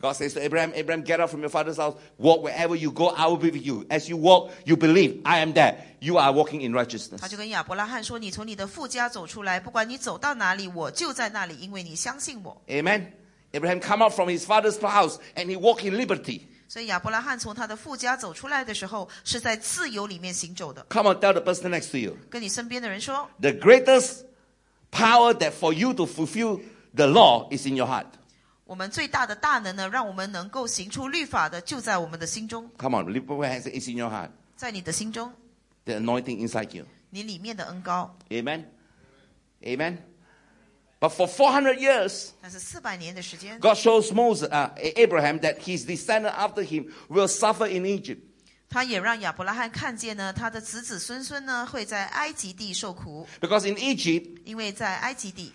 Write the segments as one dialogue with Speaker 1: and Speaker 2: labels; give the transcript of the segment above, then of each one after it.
Speaker 1: God says to Abraham, Abraham, get out from your father's house, walk wherever you go, I will be with you. As you walk, you believe, I am there. You are walking in
Speaker 2: 他
Speaker 1: righteousness.
Speaker 2: 就跟亚伯拉罕说：“你从你的父家走出来，不管你走到哪里，我就在那里，因为你相信我。
Speaker 1: Amen. Abraham come out from his father's house and he walked in liberty. ”
Speaker 2: 所以亚伯拉罕从他的父家走出来的时候，是在自由里面行走的。
Speaker 1: Come on, tell the person next to you.
Speaker 2: 跟你身边的人说，
Speaker 1: The greatest power that for you to fulfill the law is in your heart.
Speaker 2: 我们最大的大能呢，让我们能够行出律法的，就在我们的心中，
Speaker 1: Come on, lift up your hands. It's in your heart.
Speaker 2: 在你的心中，
Speaker 1: The anointing inside you.
Speaker 2: 你里面的恩高。
Speaker 1: Amen. Amen. But for 400 years,
Speaker 2: 但是四百年的时间，
Speaker 1: God shows Moses, uh, A- Abraham that his descendant after him will suffer in Egypt.
Speaker 2: 他也让亚伯拉罕看见呢，他的子子孙孙呢会在埃及地受苦，
Speaker 1: Because in Egypt,
Speaker 2: 因为在埃及地，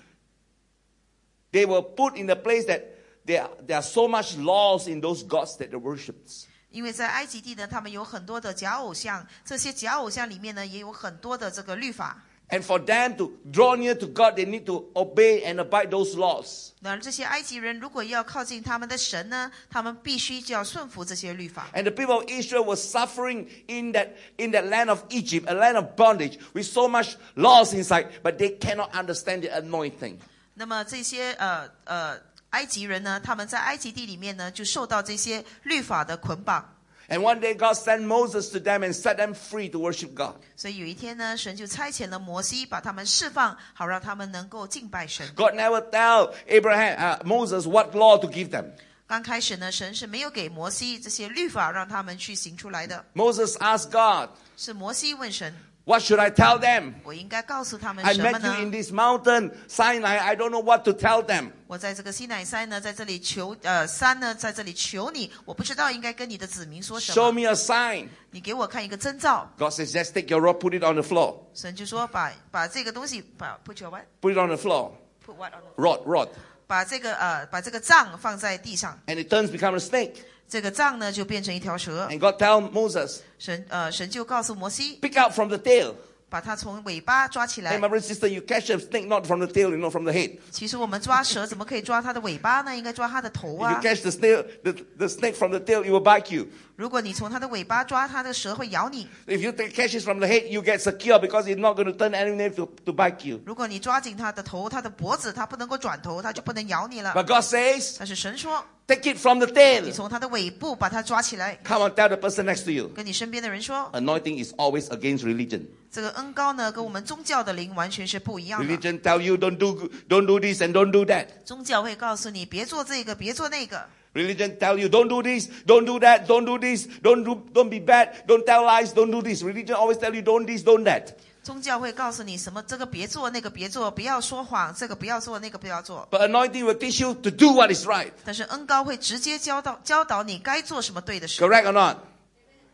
Speaker 1: they were put in a place that there, there are so much laws in those gods that they worshipped.
Speaker 2: 因为在埃及地呢，他们有很多的假偶像，这些假偶像里面呢也有很多的这个律法。
Speaker 1: And for them to draw near to God, they need to obey and abide those laws.
Speaker 2: 那这些埃及人如果要靠近他们的神呢，他们必须就要顺服这些律法。
Speaker 1: And the people of Israel were suffering in that, in that land of Egypt, a land of bondage, with so much laws inside, but they cannot understand the anointing.
Speaker 2: 那么这些呃呃埃及人呢，他们在埃及地里面呢，就受到这些律法的捆绑。
Speaker 1: And one day God sent Moses to them and set them free to worship God.
Speaker 2: 所以有一天呢，神就差遣了摩西，把他们释放，好让他们能够敬拜神。
Speaker 1: God never tell Abraham, uh, Moses what law to give them.
Speaker 2: 刚开始呢，神是没有给摩西这些律法让他们去行出来的，
Speaker 1: Moses asked God,
Speaker 2: 是摩西问神：
Speaker 1: what should I tell them?
Speaker 2: 我应该告诉他们
Speaker 1: I
Speaker 2: 什么
Speaker 1: met you in
Speaker 2: 呢？
Speaker 1: this mountain, Sinai, I don't know what to tell them.
Speaker 2: 我在这个西乃山呢，在这里求呃山呢，在这里求你，我不知道应该跟你的子民说什
Speaker 1: Show
Speaker 2: 么，
Speaker 1: me a sign.
Speaker 2: 你给我看一个征兆。
Speaker 1: God says, just take your rope, put it on the floor.
Speaker 2: 神就说把把这个东西把 put your what
Speaker 1: Put it on the floor.
Speaker 2: put what on the-
Speaker 1: Rod, rod.
Speaker 2: 把这个呃把这个杖放在地上，
Speaker 1: And it turns become a snake.
Speaker 2: 这个杖呢就变成一条蛇。
Speaker 1: And God tell Moses,
Speaker 2: 神呃神就告诉摩西，
Speaker 1: pick out from the tail.
Speaker 2: 把它从尾巴抓起
Speaker 1: Hey,
Speaker 2: 来
Speaker 1: my。brother sister, you catch a snake not from the tail, you know, from the head.
Speaker 2: 其实我们抓蛇怎么可以抓它的尾巴呢？应该抓它的头
Speaker 1: If you
Speaker 2: 啊！
Speaker 1: catch the snake, the, the snake from the tail, it will bite you.
Speaker 2: 如果你从它的尾巴抓它的蛇会咬你，
Speaker 1: If you take catches from the head, you get secure because it's not going to turn any name to, to bite you.
Speaker 2: 如果你抓紧它的头、它的脖子，它不能够转头，它就不能咬你了。
Speaker 1: But God says,
Speaker 2: 但是神说，
Speaker 1: take it from the
Speaker 2: 你
Speaker 1: tail.
Speaker 2: 从它的尾部把它抓起来，
Speaker 1: Come on, tell the person next to you.
Speaker 2: 跟你身边的人说，
Speaker 1: Anointing is always against religion.
Speaker 2: 这个恩高呢，跟我们宗教的灵完全是不一样的。
Speaker 1: Religion tell you don't do don't do this and don't do that.
Speaker 2: 宗教会告诉你别做这个，别做那个。
Speaker 1: Religion tell you don't do this, don't do that, don't do this, don't do, don't be bad, don't tell lies, don't do this. Religion always tell you don't this, don't that.
Speaker 2: 宗教会告诉你什么，这个别做，那个别做，不要说谎，这个不要做，那个不要做。
Speaker 1: But anointing will teach you to do what is right.
Speaker 2: 但是恩高会直接教导教导你该做什么对的事。
Speaker 1: Correct or not?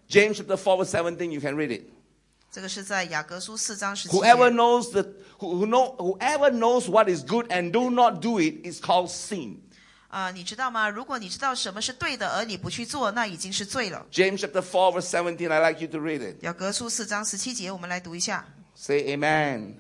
Speaker 1: James chapter 4 verse 17, you can read it.
Speaker 2: 这个是在雅各书四章十七节。
Speaker 1: Whoever knows that who, who know whoever knows what is good and do not do it is called sin.
Speaker 2: 啊、你知道吗？如果你知道什么是对的，而你不去做，那已经是罪了。
Speaker 1: James chapter 4 verse 17, I'd like you to read it.
Speaker 2: 雅各书四章十七节，我们来读一下。
Speaker 1: Say amen.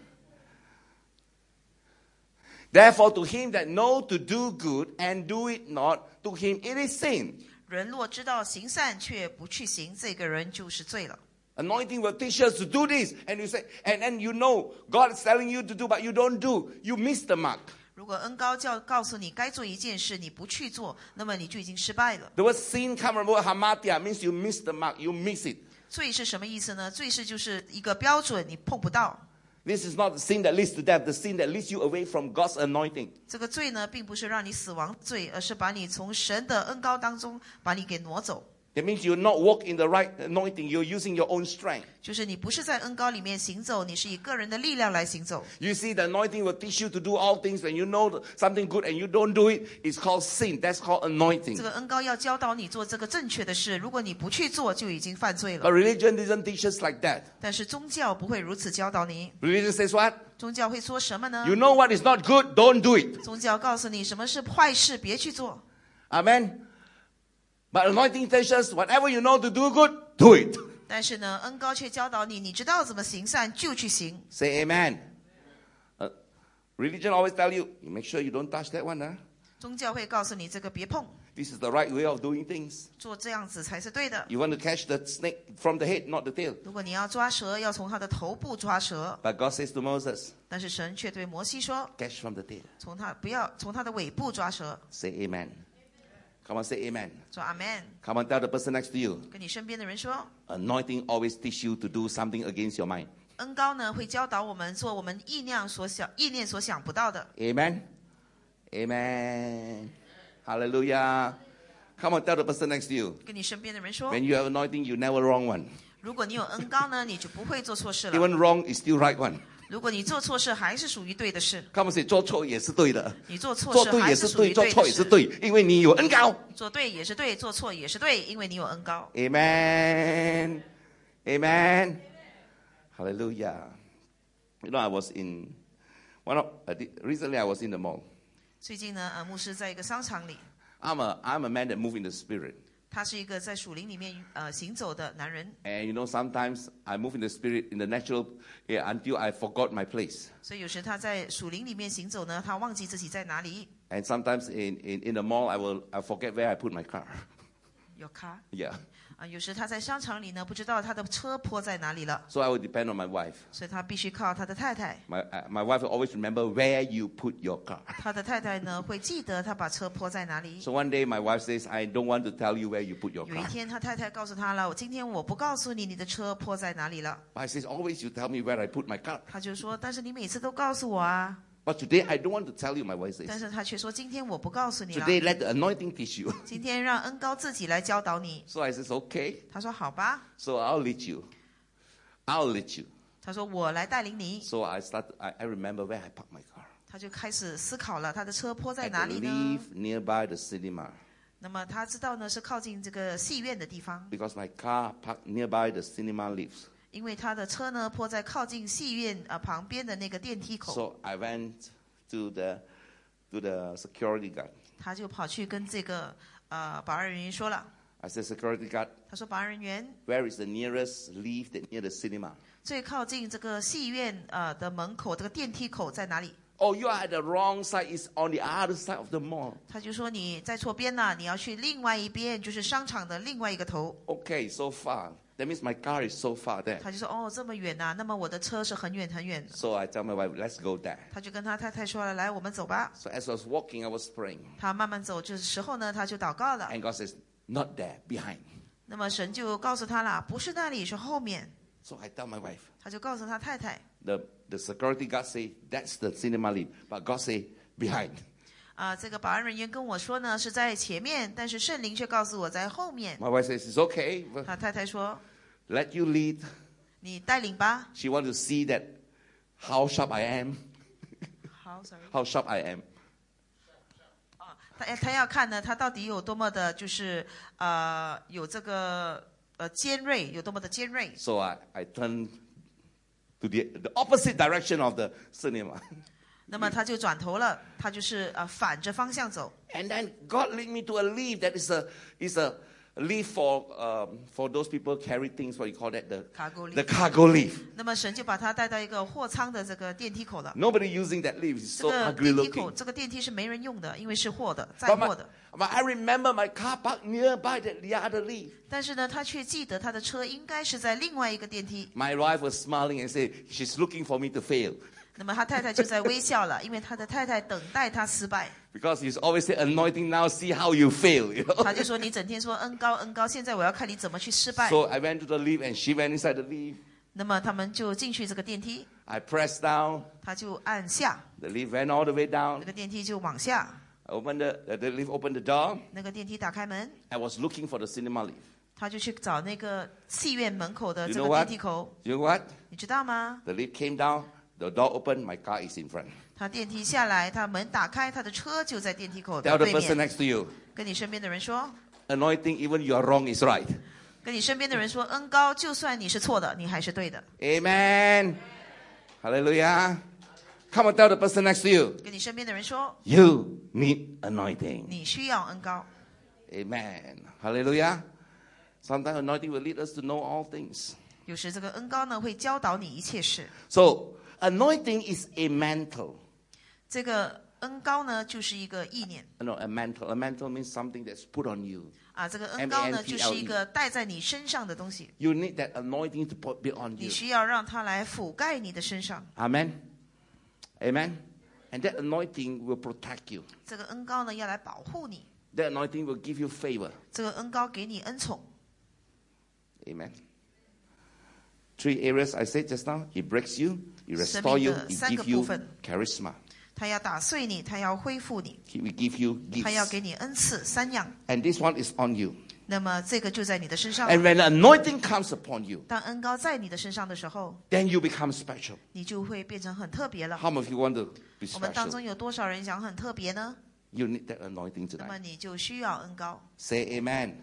Speaker 1: Therefore, to him that know to do good and do it not, to him it is sin.
Speaker 2: 人若知道行善却不去行，这个人就是罪了。
Speaker 1: Anointing will teach us to do this, and you say, and then you know God is telling you to do, but you don't do. You miss the mark.
Speaker 2: 如果恩高教告诉你该做一件事，你不去做，那么你就已经失败了。
Speaker 1: The word sin comes from the word hamatia, means you miss the mark, you miss it.
Speaker 2: 罪是什么意思呢？罪是就是一个标准，你碰不到。
Speaker 1: This is not the sin that leads to death, the sin that leads you away from God's anointing.
Speaker 2: 这个罪呢，并不是让你死亡罪，而是把你从神的恩高当中把你给挪走。
Speaker 1: That means you're not walking in the right anointing, you're using your own strength.
Speaker 2: 就是你不是在恩高里面行走，你是以个人的力量来行走。
Speaker 1: You see, the anointing will teach you to do all things when you know something good and you don't do it. It's called sin. That's called
Speaker 2: 这
Speaker 1: anointing.
Speaker 2: 个恩高要教导你做这个正确的事，如果你不去做，就已经犯罪了
Speaker 1: But。religion doesn't teach us like that.
Speaker 2: 但是宗教不会如此教导你，
Speaker 1: Religion says what?
Speaker 2: 宗教会说什么呢
Speaker 1: You？know what is not good, don't do it.
Speaker 2: 宗教告诉你什么是坏事，别去做。
Speaker 1: Amen. But anointing teaches us whatever you know to do good, do it.
Speaker 2: 但是呢，恩高却教导你，你知道怎么行善就去行。
Speaker 1: Say amen. Uh, religion always tell you, you make sure you don't touch that one. Huh?
Speaker 2: 宗教会告诉你这个别碰，
Speaker 1: This is the right way of doing things.
Speaker 2: 做这样子才是对的。
Speaker 1: You want to catch the snake from the head, not the tail.
Speaker 2: 如果你要抓蛇，要从它的头部抓蛇，
Speaker 1: But God says to Moses,
Speaker 2: 但是神却对摩西说，
Speaker 1: catch from the tail.
Speaker 2: 从它不要从它的尾部抓蛇。
Speaker 1: Say amen. Come on, say amen.
Speaker 2: 说阿 man，
Speaker 1: Come on, tell the person next to you.
Speaker 2: 跟你身边的人说，
Speaker 1: Anointing always teach you to do something against your mind.
Speaker 2: 恩高呢会教导我们做我们意念所想意念所想不到的。
Speaker 1: Amen. Amen. Hallelujah. Come on, tell the person next to you.
Speaker 2: 跟你身边的人说，
Speaker 1: When you have anointing, you never wrong one.
Speaker 2: 如果你有恩高呢，你就不会做错事了。
Speaker 1: Even wrong is still right one.
Speaker 2: 如果你做错事还是属于对的事，
Speaker 1: Come on, say 做错也是对的，
Speaker 2: 你做错事还是属于对的事，
Speaker 1: 做对也是对，做错也是对，因为你有恩高。
Speaker 2: 做对也是对，做错也是对，因为你有恩高。
Speaker 1: Amen. Amen. Hallelujah. You know, I was in one of I did- recently I was in the mall.
Speaker 2: 最近呢，呃，牧师在一个商场里，
Speaker 1: I'm a I'm a man that move in the spirit,
Speaker 2: 他是一个在属灵里面呃行走的男人，
Speaker 1: and you know sometimes I move in the spirit in the natural yeah, until I forgot my place,
Speaker 2: 所以有时他在属灵里面行走呢，他忘记自己在哪里。
Speaker 1: and sometimes in, in, in the mall I will I forget where I put my car.
Speaker 2: 有卡
Speaker 1: yeah,
Speaker 2: 啊，有时他在商场里呢，不知道他的车泊在哪里了，
Speaker 1: so I will depend on my wife.
Speaker 2: 所以他必须靠他的太太。
Speaker 1: My uh, my wife will always remember where you put your car.
Speaker 2: 他的太太呢会记得他把车泊在哪里。
Speaker 1: So one day my wife says, I don't want to tell you where you put your
Speaker 2: 有一
Speaker 1: car.
Speaker 2: 天，他太太告诉他了，我今天我不告诉你你的车泊在哪里了。
Speaker 1: But I says, always you tell me where I put my car.
Speaker 2: 他就说，但是你每次都告诉我啊，
Speaker 1: But today I don't want to tell you, my wife
Speaker 2: 但
Speaker 1: says.
Speaker 2: 是他却说今天我不告诉你了，
Speaker 1: Today let the anointing teach you.
Speaker 2: 今天让恩高自己来教导你。
Speaker 1: So I says, okay.
Speaker 2: 他说好吧，
Speaker 1: So I'll lead you. I'll lead you.
Speaker 2: 他说我来带领你。
Speaker 1: So I start. I, I remember where I parked my car.
Speaker 2: 他就开始思考了，他的车泊在
Speaker 1: I
Speaker 2: 哪里呢？
Speaker 1: live nearby the cinema
Speaker 2: 那么他知道呢是靠近这个戏院的地方，
Speaker 1: because my car parked nearby the cinema lives.
Speaker 2: 因为他的车呢泊在靠近戏院呃旁边的那个电梯口，
Speaker 1: So I went to the to the security guard.
Speaker 2: 他就跑去跟这个呃保安人员说了，
Speaker 1: I said, security guard,
Speaker 2: 他说保安人员
Speaker 1: where is the nearest lift that near the cinema?
Speaker 2: 最靠近这个戏院呃的门口这个电梯口在哪里？
Speaker 1: Oh, you are at the wrong side. It's on the other side of the mall.
Speaker 2: 他就说你在错边了，你要去另外一边，就是商场的另外一个头。
Speaker 1: Okay, so far. That means my car is so far there.
Speaker 2: 他就说哦这么远呐、那么我的车是很远很远的。
Speaker 1: So I tell my wife, let's go there.
Speaker 2: 他就跟他太太说了，来我们走吧。
Speaker 1: So as I was walking, I was praying.
Speaker 2: 他慢慢走，这时候呢他就祷告了。
Speaker 1: And God says, not there, behind.
Speaker 2: 那么神就告诉他了，不是那里，是后面。
Speaker 1: So I tell my wife,
Speaker 2: 他就告诉他太太
Speaker 1: the, the security guard say, that's the cinema lift. But God say, behind.
Speaker 2: 啊、这个保安人员跟我说呢是在前面，但是圣灵却告诉我在后面。
Speaker 1: My wife says, it's okay. but
Speaker 2: 他太太说
Speaker 1: Let you lead.
Speaker 2: 你带领吧。
Speaker 1: She want to see that how sharp I am.
Speaker 2: 好，sorry。
Speaker 1: How sharp I am.
Speaker 2: 啊他他要看呢，他到底有多么的，就是呃，有这个呃尖锐，有多么的尖锐。
Speaker 1: So I, I turn to the, the opposite direction of the cinema.
Speaker 2: 那么他就转头了，他就是呃反着方向走。
Speaker 1: And then God led me to a leaf that is a is a leaf for um, for those people carry things. What you call that? The
Speaker 2: Cargo leaf
Speaker 1: The cargo leaf.
Speaker 2: 那么神就把他带到一个货仓的这个电梯口了。
Speaker 1: Nobody using that leaf. It's so
Speaker 2: 这个
Speaker 1: ugly
Speaker 2: 电梯口，
Speaker 1: looking.
Speaker 2: 这个电梯是没人用的，因为是货的，载
Speaker 1: But, my,
Speaker 2: 货的。
Speaker 1: but I remember my car park nearby that the other leaf.
Speaker 2: 但是呢，他却记得他的车应该是在另外一个电梯。
Speaker 1: My wife was smiling and said, "She's looking for me to fail."
Speaker 2: 那么他太太就在微 笑了，因为他的太太等待他失败。
Speaker 1: Because he's always say anointing now, see how you fail. You know?
Speaker 2: 他就说：“你整天说恩高恩嗯高，现在我要看你怎么去失败。
Speaker 1: So I went to the leaf and she went inside the leaf. ”
Speaker 2: 那么他们就进去这个电梯。
Speaker 1: I pressed down.
Speaker 2: 他就按下，
Speaker 1: The leaf went all the way
Speaker 2: 那
Speaker 1: down.
Speaker 2: 个电梯就往下，
Speaker 1: I opened the, the, the leaf opened the door.
Speaker 2: 那个电梯打开门，
Speaker 1: I was looking for the cinema leaf.
Speaker 2: 他就去找那个戏院门口的
Speaker 1: You
Speaker 2: 这
Speaker 1: know
Speaker 2: 个
Speaker 1: what?
Speaker 2: 电梯口，
Speaker 1: You know what?
Speaker 2: 你知道吗？
Speaker 1: The lift came down, the door opened, my car is in front.
Speaker 2: 他电梯下来，他门打开，他的车就在电梯口的
Speaker 1: Tell the
Speaker 2: 对
Speaker 1: person
Speaker 2: 面。
Speaker 1: next to you,
Speaker 2: 跟你身边的人说，
Speaker 1: anointing, even you are wrong, is right.
Speaker 2: 跟你身边的人说，恩高，就算你是错的，你还是对的。
Speaker 1: Amen. Hallelujah. Come and tell the person next to you,
Speaker 2: 跟你身边的人说，
Speaker 1: you need anointing.
Speaker 2: 你需要恩高。
Speaker 1: Amen. Hallelujah. Sometimes anointing will lead us to know all things.
Speaker 2: 有时这个恩高呢，会教导你一切事。
Speaker 1: So, anointing is a mantle.
Speaker 2: 这个恩高呢就是一个意念
Speaker 1: No, a mantle. A mantle means something that's put on you.
Speaker 2: 啊，这个恩高
Speaker 1: M
Speaker 2: 呢
Speaker 1: A N T L E
Speaker 2: 就是一个戴在你身上的东西，
Speaker 1: You need that anointing to put- be on
Speaker 2: 你
Speaker 1: you.
Speaker 2: 需要让它来覆盖你的身上。
Speaker 1: Amen. Amen. And that anointing will protect you.
Speaker 2: 这个恩高呢要来保护你，
Speaker 1: That anointing will give you favor.
Speaker 2: 这个恩高给你恩宠。
Speaker 1: Amen. Three areas I said just now. It breaks you, it restores you, it
Speaker 2: 生命的三个
Speaker 1: gives you
Speaker 2: 部分。
Speaker 1: charisma.
Speaker 2: 他要打碎你，他要恢复你，
Speaker 1: It will give you
Speaker 2: 他要
Speaker 1: gifts.
Speaker 2: 给你恩赐三样。
Speaker 1: And this one is on you.
Speaker 2: 那么这个就在你的身上了。
Speaker 1: And when the anointing comes upon you,
Speaker 2: 当恩高在你的身上的时候，
Speaker 1: then you become special.
Speaker 2: 你就会变成很特别了。
Speaker 1: How many of you want to be
Speaker 2: 我们当
Speaker 1: special?
Speaker 2: 中有多少人想很特别呢？
Speaker 1: You need that anointing
Speaker 2: 那么
Speaker 1: tonight.
Speaker 2: 你就需要恩高。
Speaker 1: Say amen.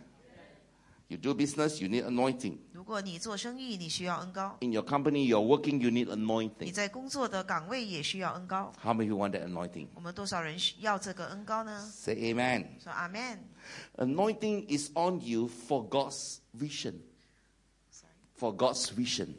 Speaker 1: You do business, you need anointing.
Speaker 2: 如果你做生意，你需要恩高；
Speaker 1: In your company, you're working, you need
Speaker 2: 你
Speaker 1: anointing.
Speaker 2: 在工作的岗位也需要恩高。
Speaker 1: How many of you want that anointing?
Speaker 2: 我们多少人需要这个恩高呢？
Speaker 1: Say amen.
Speaker 2: 说阿 man，
Speaker 1: Anointing is on you for God's vision. For God's vision.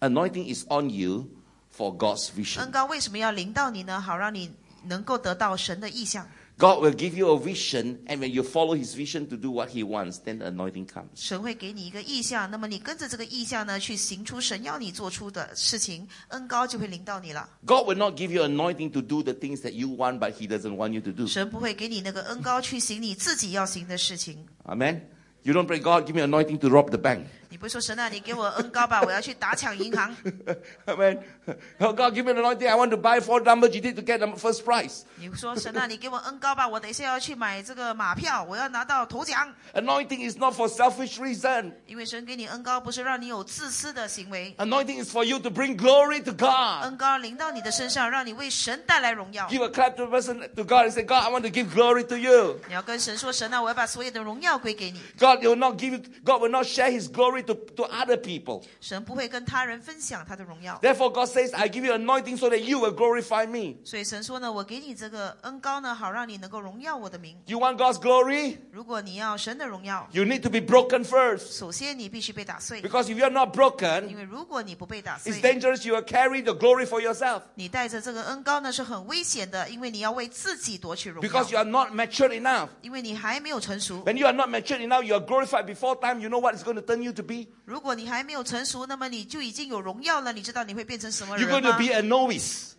Speaker 1: Anointing is on you for God's
Speaker 2: 恩
Speaker 1: vision.
Speaker 2: 高为什么要临到你呢？好让你能够得到神的意向。
Speaker 1: God will give you a vision, and when you follow His vision to do what He wants, then the anointing comes.
Speaker 2: 神会给你一个意向，那么你跟着这个意向呢，去行出神要你做出的事情，恩高就会临到你了。
Speaker 1: God will not give you anointing to do the things that you want, but He doesn't want you to do.
Speaker 2: 神不会给你那个恩高去行你自己要行的事情。
Speaker 1: Amen. You don't pray, God, give me anointing to rob the bank.
Speaker 2: 你不会说神啊，你给我恩高吧，我要去打抢银行。
Speaker 1: Amen. Oh, God, give me anointing. I want to buy four numbers you did to get the first prize.
Speaker 2: 你说神啊，你给我恩高吧，我等一下要去买这个马票，我要拿到头奖。
Speaker 1: Anointing is not for selfish reason.
Speaker 2: 因为神给你恩高，不是让你有自私的行为。
Speaker 1: Anointing is for you to bring glory to God.
Speaker 2: 恩高临到你的身上，让你为神带来荣耀。
Speaker 1: Give a clap to the person to God and say, God, I want to give glory to you.
Speaker 2: 你要跟神说，神啊，我要把所有的荣耀归给你。
Speaker 1: God will not give you, God will not share his glory to, to other people.
Speaker 2: 神不会跟他人分享他的荣耀。
Speaker 1: Therefore, God says, I give you anointing so that you will glorify me.
Speaker 2: 所以神说呢，我给你这个恩高呢，好让你能够荣耀我的名。
Speaker 1: You want God's glory?
Speaker 2: 如果你要神的荣耀，
Speaker 1: You need to be broken first.
Speaker 2: 首先你必须被打碎，
Speaker 1: Because if you're not
Speaker 2: 因
Speaker 1: broken,
Speaker 2: 为如果你不被打
Speaker 1: it's
Speaker 2: 碎，
Speaker 1: dangerous. You will carry the glory for yourself.
Speaker 2: 你带着这个恩高呢是很危险的，因为你要为自己夺取荣
Speaker 1: Because you
Speaker 2: 耀，
Speaker 1: are not mature enough.
Speaker 2: 因为你还没有成熟。
Speaker 1: When you are not mature enough, you are glorified before time. You know what it's going to turn you to be?
Speaker 2: 如果你还没有成熟，那么你就已经有荣耀了。你知道你会变成什么
Speaker 1: You're going
Speaker 2: 人吗
Speaker 1: to？be a novice.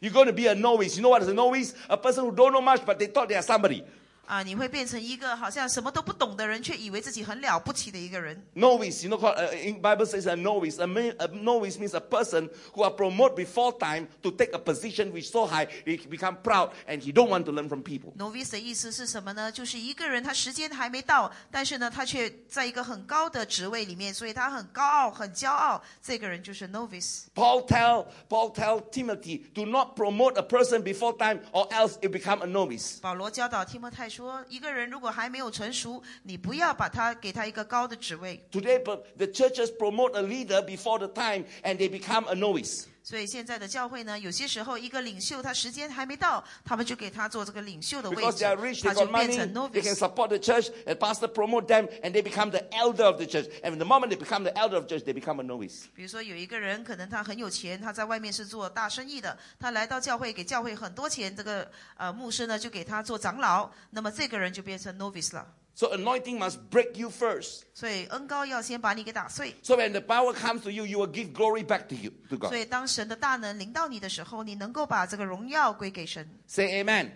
Speaker 1: You're going to be a novice. You know what is a novice? A person who don't know much, but they thought they are somebody.
Speaker 2: 啊，你会变成一个好像什么都不懂的人，却以为自己很了不起的一个人。
Speaker 1: Novice, you know, called, uh, in Bible says a novice. A, mi- a novice means a person who are promoted before time to take a position which so high he become proud and he don't want to learn from people.
Speaker 2: novice 的意思是什么呢？就是一个人他时间还没到，但是呢，他却在一个很高的职位里面，所以他很高傲、很骄傲。这个人就是 novice。
Speaker 1: Paul tell Paul tell Timothy, do not promote a person before time, or else it become a novice.
Speaker 2: 保罗教导提摩太说，一个人如果还没有成熟，你不要把他给他一个高的职位。
Speaker 1: Today, but the churches promote a leader before the time, and they become a novice.
Speaker 2: 所以现在的教会呢，有些时候一个领袖他时间还没到，他们就给他做这个领袖的位
Speaker 1: Because
Speaker 2: 置
Speaker 1: they are rich, they
Speaker 2: 他就
Speaker 1: got
Speaker 2: 变
Speaker 1: money,
Speaker 2: 成
Speaker 1: they can
Speaker 2: novice。
Speaker 1: support the church, the pastor promote them, and they become the elder of the church. And the moment they become the elder of the church, they become a novice.
Speaker 2: 比如说有一个人可能他很有钱，他在外面是做大生意的，他来到教会给教会很多钱，这个呃牧师呢就给他做长老，那么这个人就变成 novice 了。
Speaker 1: So anointing must break you first.
Speaker 2: 所以恩高要先把你给打碎。
Speaker 1: So when the power comes to you, you will give glory back to you to
Speaker 2: 所
Speaker 1: God.
Speaker 2: 以当神的大能临到你的时候，你能够把这个荣耀归给神。
Speaker 1: Say amen.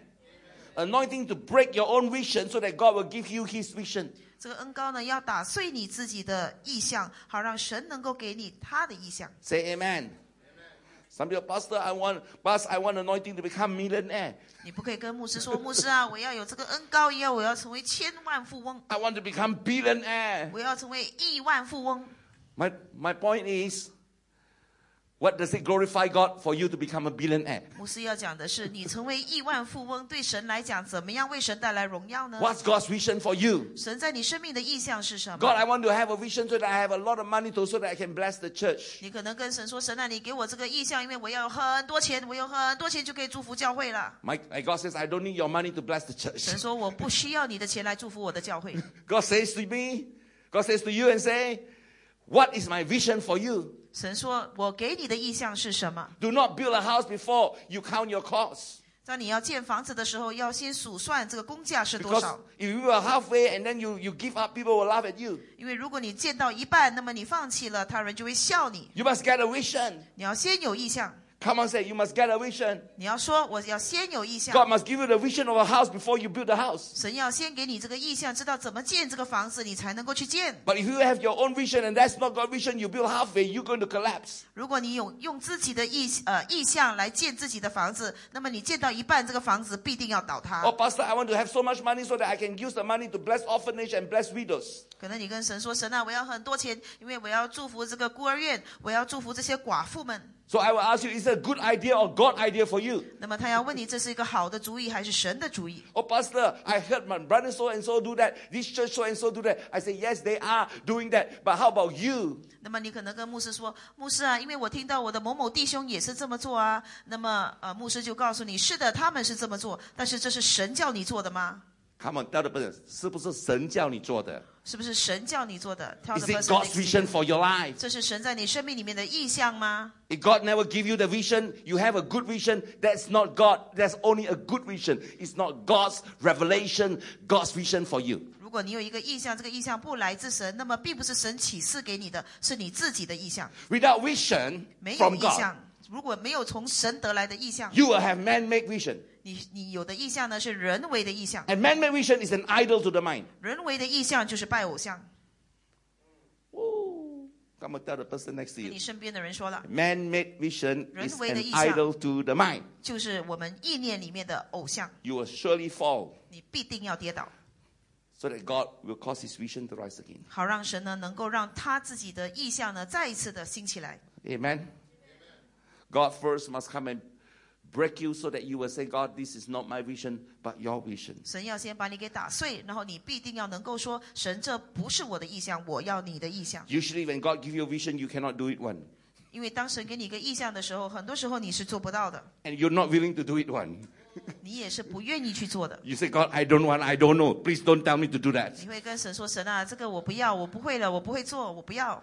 Speaker 1: Anointing to break your own vision so that God will give you his vision.
Speaker 2: 这个恩高呢，要打碎你自己的意向，好让神能够给你他的意向。
Speaker 1: Say amen. Some people, Pastor, I want Pastor, I want anointing to become millionaire.
Speaker 2: 你不可以跟牧师说，牧师啊，我要有这个恩高，也要我要成为千万富翁，
Speaker 1: I want to become billionaire.
Speaker 2: 我要成为亿万富翁。
Speaker 1: My my point is, what does it glorify God for you to become a billionaire?
Speaker 2: 牧师要讲的是，你成为亿万富翁，对神来讲，怎么样为神带来荣耀呢？
Speaker 1: What's God's vision for you?
Speaker 2: 神在你生命的意向是什
Speaker 1: God,
Speaker 2: 么？
Speaker 1: I want to have a vision so that I have a lot of money to so that I can bless the church.
Speaker 2: 你可能跟神说：“神啊，你给我这个意向，因为我要有很多钱，我有很多钱就可以祝福教会了。
Speaker 1: My, my God says, I don't need your money to bless the ” church.
Speaker 2: 神说：“我不需要你的钱来祝福我的教会。
Speaker 1: God says to me, God says to you and say, what is my vision for you? ”
Speaker 2: 神说：“我给你的意向是什么？
Speaker 1: Do not build a house before you count your costs.
Speaker 2: 在你要建房子的时候，要先数算这个工价是多
Speaker 1: Because
Speaker 2: 少，
Speaker 1: if you are halfway and then you, you give up, people will laugh at you.
Speaker 2: 因为如果你建到一半，那么你放弃了，他人就会笑你。
Speaker 1: You must get a vision.
Speaker 2: 你要先有意向，
Speaker 1: Come on, say, you must get a vision.
Speaker 2: 你要说我要先有意向，
Speaker 1: God must give you the vision of a house before you build a house.
Speaker 2: 神要先给你这个意向，知道怎么建这个房子，你才能够去建。
Speaker 1: But if you have your own vision and that's not God's vision, you build halfway, you're going to collapse.
Speaker 2: 如果你有用自己的意呃意向来建自己的房子，那么你建到一半，这个房子必定要倒塌
Speaker 1: Oh,。Pastor, I want to have so much money so that I can use the money to bless orphanage and bless widows.
Speaker 2: 可能你跟神说：“神啊，我要很多钱，因为我要祝福这个孤儿院，我要祝福这些寡妇们。
Speaker 1: So I will ask you, is it a good idea or God idea for you? ”
Speaker 2: 那么他要问你，这是一个好的主意还是神的主意？
Speaker 1: Oh, Pastor, I heard my brother so and so do that. This church so and so do that. I say, yes, they are doing that. But how about you?
Speaker 2: 那么你可能跟牧师说：“牧师啊，因为我听到我的某某弟兄也是这么做啊。”那么呃，牧师就告诉你：“是的，他们是这么做，但是这是神叫你做的吗？
Speaker 1: Come on, tell the person, 是不是神叫你做的？
Speaker 2: 是不是神叫你做的？” Tell
Speaker 1: Is
Speaker 2: the
Speaker 1: it
Speaker 2: person
Speaker 1: God's
Speaker 2: next to you.
Speaker 1: vision for your life?
Speaker 2: 这是神在你生命里面的意向吗？
Speaker 1: If God never give you the vision, you have a good vision. That's not God. That's only a good vision. It's not God's revelation, God's vision for you.
Speaker 2: 如果你有一个意向，这个意向不来自神，那么并不是神启示给你的，是你自己的意向。
Speaker 1: Without vision
Speaker 2: 没有
Speaker 1: from
Speaker 2: 意
Speaker 1: God,
Speaker 2: 向，如果没有从神得来的意向，
Speaker 1: you will have man-made vision.
Speaker 2: 你你有的意向呢是人为的意向，
Speaker 1: And man-made vision is an idol to the mind.
Speaker 2: 人为的意向就是拜偶像。
Speaker 1: Woo. Come and tell the person next to
Speaker 2: 跟
Speaker 1: you.
Speaker 2: 你身边的人说了，
Speaker 1: Man-made vision is an
Speaker 2: 人为的意向。
Speaker 1: idol to the mind.
Speaker 2: 就是我们意念里面的偶像，
Speaker 1: You will surely fall,
Speaker 2: 你必定要跌倒，
Speaker 1: so that God will cause His vision to rise again.
Speaker 2: 好让神呢能够让他自己的意向呢再一次的兴起来。
Speaker 1: Amen. God first must come and break you, so that you will say, God, this is not my vision, but Your vision.
Speaker 2: 神要先把你给打碎，然后你必定要能够说，神这不是我的意向，我要你的意向。
Speaker 1: Usually, when God give you a vision, you cannot do it one,
Speaker 2: 因为当神给你一个意向的时候，很多时候你是做不到的，
Speaker 1: and you're not willing to do it one.
Speaker 2: 你也是不愿意去做的。
Speaker 1: You say, God, I don't want, I don't know. Please don't tell me to do that.
Speaker 2: 你会跟神说：“神啊，这个我不要，我不会了，我不会做，我不要。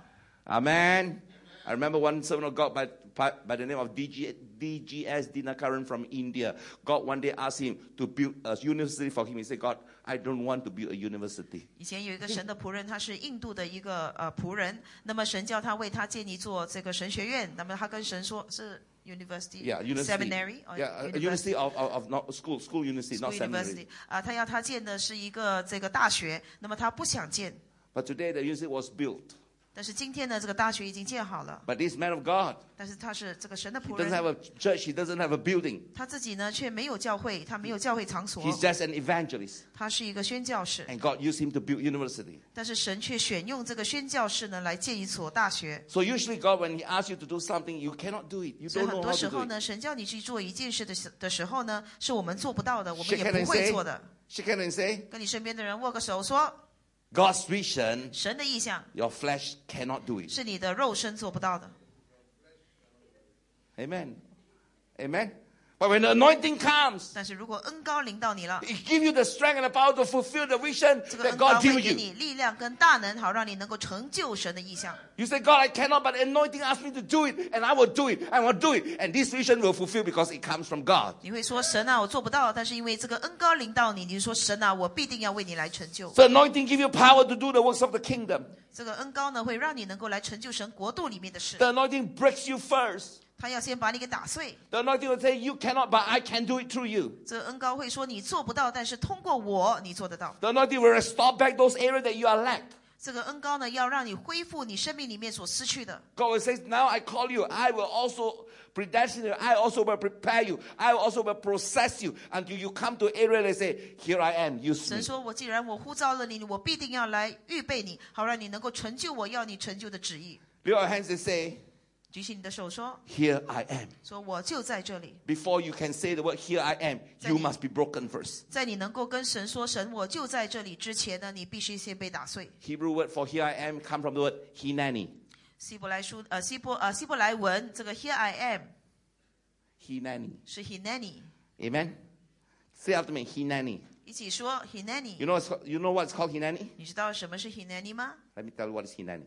Speaker 1: Amen. I remember one servant of God by, by, by the name of DG, DGS Dinakaran from India. God one day asked him to build a university for him. He said, God, I don't want to build a university. ”
Speaker 2: 以前有一个神的仆人，他是印度的一个呃仆人，那么神叫他为他建立做这个神学院，那么他跟神说是 university
Speaker 1: Yeah, university.
Speaker 2: seminary or
Speaker 1: yeah, a- a
Speaker 2: university-
Speaker 1: university of, of, of not school, school university,
Speaker 2: school
Speaker 1: not seminary.
Speaker 2: university 啊，他要他建的是一个这个大学，那么他不想建，
Speaker 1: But today the university was built.
Speaker 2: 但是今天呢，这个大学已经建好了，
Speaker 1: But this man of God,
Speaker 2: 但是他是这个神的
Speaker 1: he
Speaker 2: 仆
Speaker 1: doesn't have
Speaker 2: 人，
Speaker 1: a church, he doesn't have a building.
Speaker 2: 他自己呢却没有教会，他没有教会场所，
Speaker 1: He's just an evangelist.
Speaker 2: 他是一个宣教士，
Speaker 1: And God used him to build university.
Speaker 2: 但是神却选用这个宣教士呢来建一所大学。
Speaker 1: So usually God, when he asks you to do something, you cannot do it. You
Speaker 2: 所以
Speaker 1: don't
Speaker 2: 很
Speaker 1: know
Speaker 2: 多
Speaker 1: how
Speaker 2: 时
Speaker 1: to do
Speaker 2: 候
Speaker 1: it.
Speaker 2: 呢，神叫你去做一件事的时的时候呢，是我们做不到的，我们
Speaker 1: Shake
Speaker 2: 也
Speaker 1: hand
Speaker 2: 不
Speaker 1: and
Speaker 2: 会
Speaker 1: say,
Speaker 2: 做的。
Speaker 1: shake hand and say,
Speaker 2: 跟你身边的人握个手，说
Speaker 1: God's vision,
Speaker 2: 神的意向
Speaker 1: your flesh cannot do it.
Speaker 2: 是你的肉身做不到的。
Speaker 1: Amen. Amen. But when the anointing comes,
Speaker 2: 但是如果恩高临到你 了，
Speaker 1: it gives you the strength and the power to fulfill the vision
Speaker 2: 这个
Speaker 1: that
Speaker 2: 恩高
Speaker 1: God
Speaker 2: 会
Speaker 1: gives
Speaker 2: 给
Speaker 1: you.
Speaker 2: 你力量跟大能，好让你能够成就神的意向。
Speaker 1: You say, God, I cannot, but anointing asked me to do it, and I will do it, I will do it. And this vision will fulfill because it comes from God.
Speaker 2: 你会说神啊，我做不到，但是因为这个恩高临到你，你就说神啊，我必定要为你来成就。
Speaker 1: So anointing give you power to do the works of the kingdom.
Speaker 2: 这个恩高呢，会让你能够来成就神国度里面的事。
Speaker 1: The anointing breaks you first.
Speaker 2: 他要先把你给打碎。
Speaker 1: The anointing will say, You cannot, but I can do it through you.
Speaker 2: 这个恩高会说你做不到，但是通过我你做得到。
Speaker 1: The anointing will restore back those areas that you are lack.
Speaker 2: 这个恩高呢，要让你恢复你生命里面所失去的。
Speaker 1: God will say, Now I call you. I will also predestine you. I also will prepare you. I will also will process you until you come to area and say, Here I am, use
Speaker 2: 神
Speaker 1: me.
Speaker 2: 说：“我既然我呼召了你，我必定要来预备你，好让你能够成就我要你成就的旨意。
Speaker 1: Lift your hands and say, ”
Speaker 2: 举起你的手说
Speaker 1: Here I am.：“
Speaker 2: 说我就在这里。
Speaker 1: Before you can say the word, Here I am, you must be broken first. ”
Speaker 2: 在你能够跟神说“神，我就在这里”之前呢，你必须先被打碎。
Speaker 1: Hebrew word for here I am come from the word hinani.
Speaker 2: 希伯来书呃希伯呃希伯来文这个 “Here I am”
Speaker 1: Hinani.
Speaker 2: 是 “Hinani”，
Speaker 1: Amen. Say after me, hinani.
Speaker 2: 一起说
Speaker 1: You
Speaker 2: “Hinani”。
Speaker 1: know, what's, you know what's called hinani?
Speaker 2: 你知道什么是 “Hinani” 吗？
Speaker 1: Let me tell you what is hinani.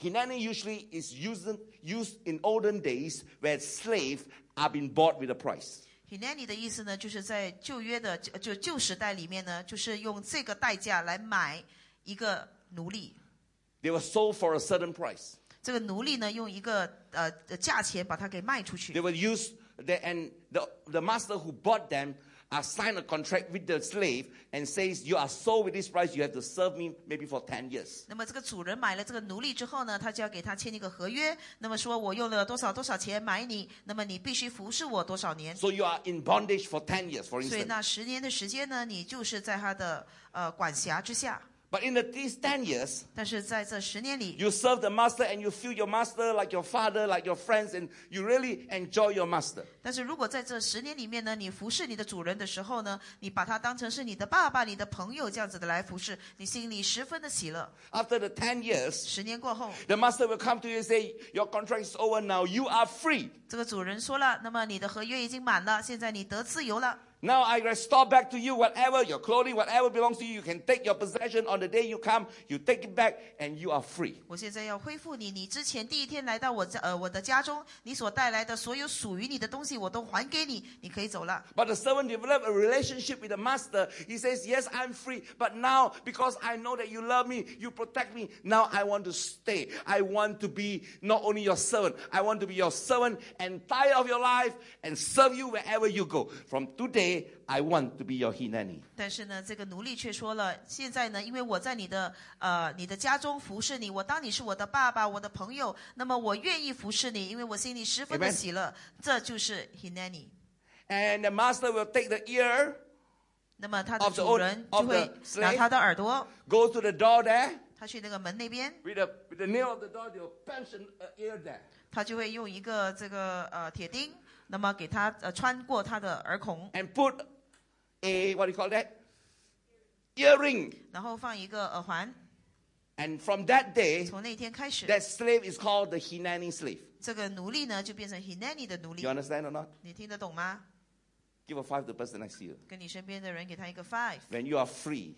Speaker 1: Hinani usually is used, used in olden days where slaves are being bought with a price.
Speaker 2: Hinani 的意思呢，就是在旧约的就就旧时代里面呢，就是用这个代价来买一个奴隶。
Speaker 1: They were sold for a certain price.
Speaker 2: 这个奴隶呢，用一个呃呃价钱把它给卖出
Speaker 1: They
Speaker 2: 去。
Speaker 1: were used, they, and the, the master who bought them uh, signed a contract with the slave and says, You are sold with this price, you have to serve me maybe for 10 years.
Speaker 2: 那么这个主人买了这个奴隶之后呢，他就要给他签一个合约，那么说我用了多少多少钱买你，那么你必须服侍我多少年。
Speaker 1: So you are in bondage for 10 years, for
Speaker 2: 所以
Speaker 1: instance.
Speaker 2: 那十年的时间呢，你就是在他的呃管辖之下。
Speaker 1: But in the, these 10 years,
Speaker 2: 但是在这十年里，
Speaker 1: you serve the master and you feel your master like your father, like your friends, and you really enjoy your master.
Speaker 2: 但是如果在这十年里面呢，你服侍你的主人的时候呢，你把他当成是你的爸爸、你的朋友这样子的来服侍，你心里十分的喜乐。
Speaker 1: After the 10 years,
Speaker 2: 十年过后，
Speaker 1: the master will come to you and say, Your contract is over now, you are free.
Speaker 2: 这个主人说了，那么你的合约已经满了，现在你得自由了。
Speaker 1: Now I restore back to you whatever your clothing, whatever belongs to you. You can take your possession on the day you come. You take it back, and you are free.
Speaker 2: 我现在要恢复你，你之前第一天来到我家，呃，我的家中，你所带来的所有属于你的东西，我都还给你，你可以走了。
Speaker 1: But the servant developed a relationship with the master. He says, "Yes, I'm free, but now because I know that you love me, you protect me. Now I want to stay. I want to be not only your servant. I want to be your servant, entire of your life, and serve you wherever you go. From today, I want to be your hinani."
Speaker 2: 但是呢，这个奴隶却说了，现在呢，因为我在你的呃你的家中服侍你，我当你是我的爸爸，我的朋友，那么我愿意服侍你，因为我心里十分的
Speaker 1: Amen
Speaker 2: 喜乐。这就是 Hinani。
Speaker 1: And the master will take the ear,
Speaker 2: 那么他的
Speaker 1: Of the
Speaker 2: 主人
Speaker 1: own-
Speaker 2: 就
Speaker 1: of
Speaker 2: 会
Speaker 1: the
Speaker 2: 拿
Speaker 1: slave
Speaker 2: 他的耳朵，
Speaker 1: go to the door there.
Speaker 2: 他去那个门那边，
Speaker 1: With the, with the nail of the door, they'll punch an uh, ear there.
Speaker 2: 他就会用一个这个呃铁钉，那么给他呃穿过他的耳孔，
Speaker 1: And put a, what do you call that? Earring.
Speaker 2: 然后放一个耳呃环。
Speaker 1: And from that day,
Speaker 2: 从那天开始，
Speaker 1: that slave is called the Hinani slave.
Speaker 2: 这个奴隶呢就变成 Hinani 的奴隶
Speaker 1: You。understand or not?
Speaker 2: 你听得懂吗？
Speaker 1: Give a five to the person next to you.
Speaker 2: 跟你身边的人给他一个 five。
Speaker 1: When you are free,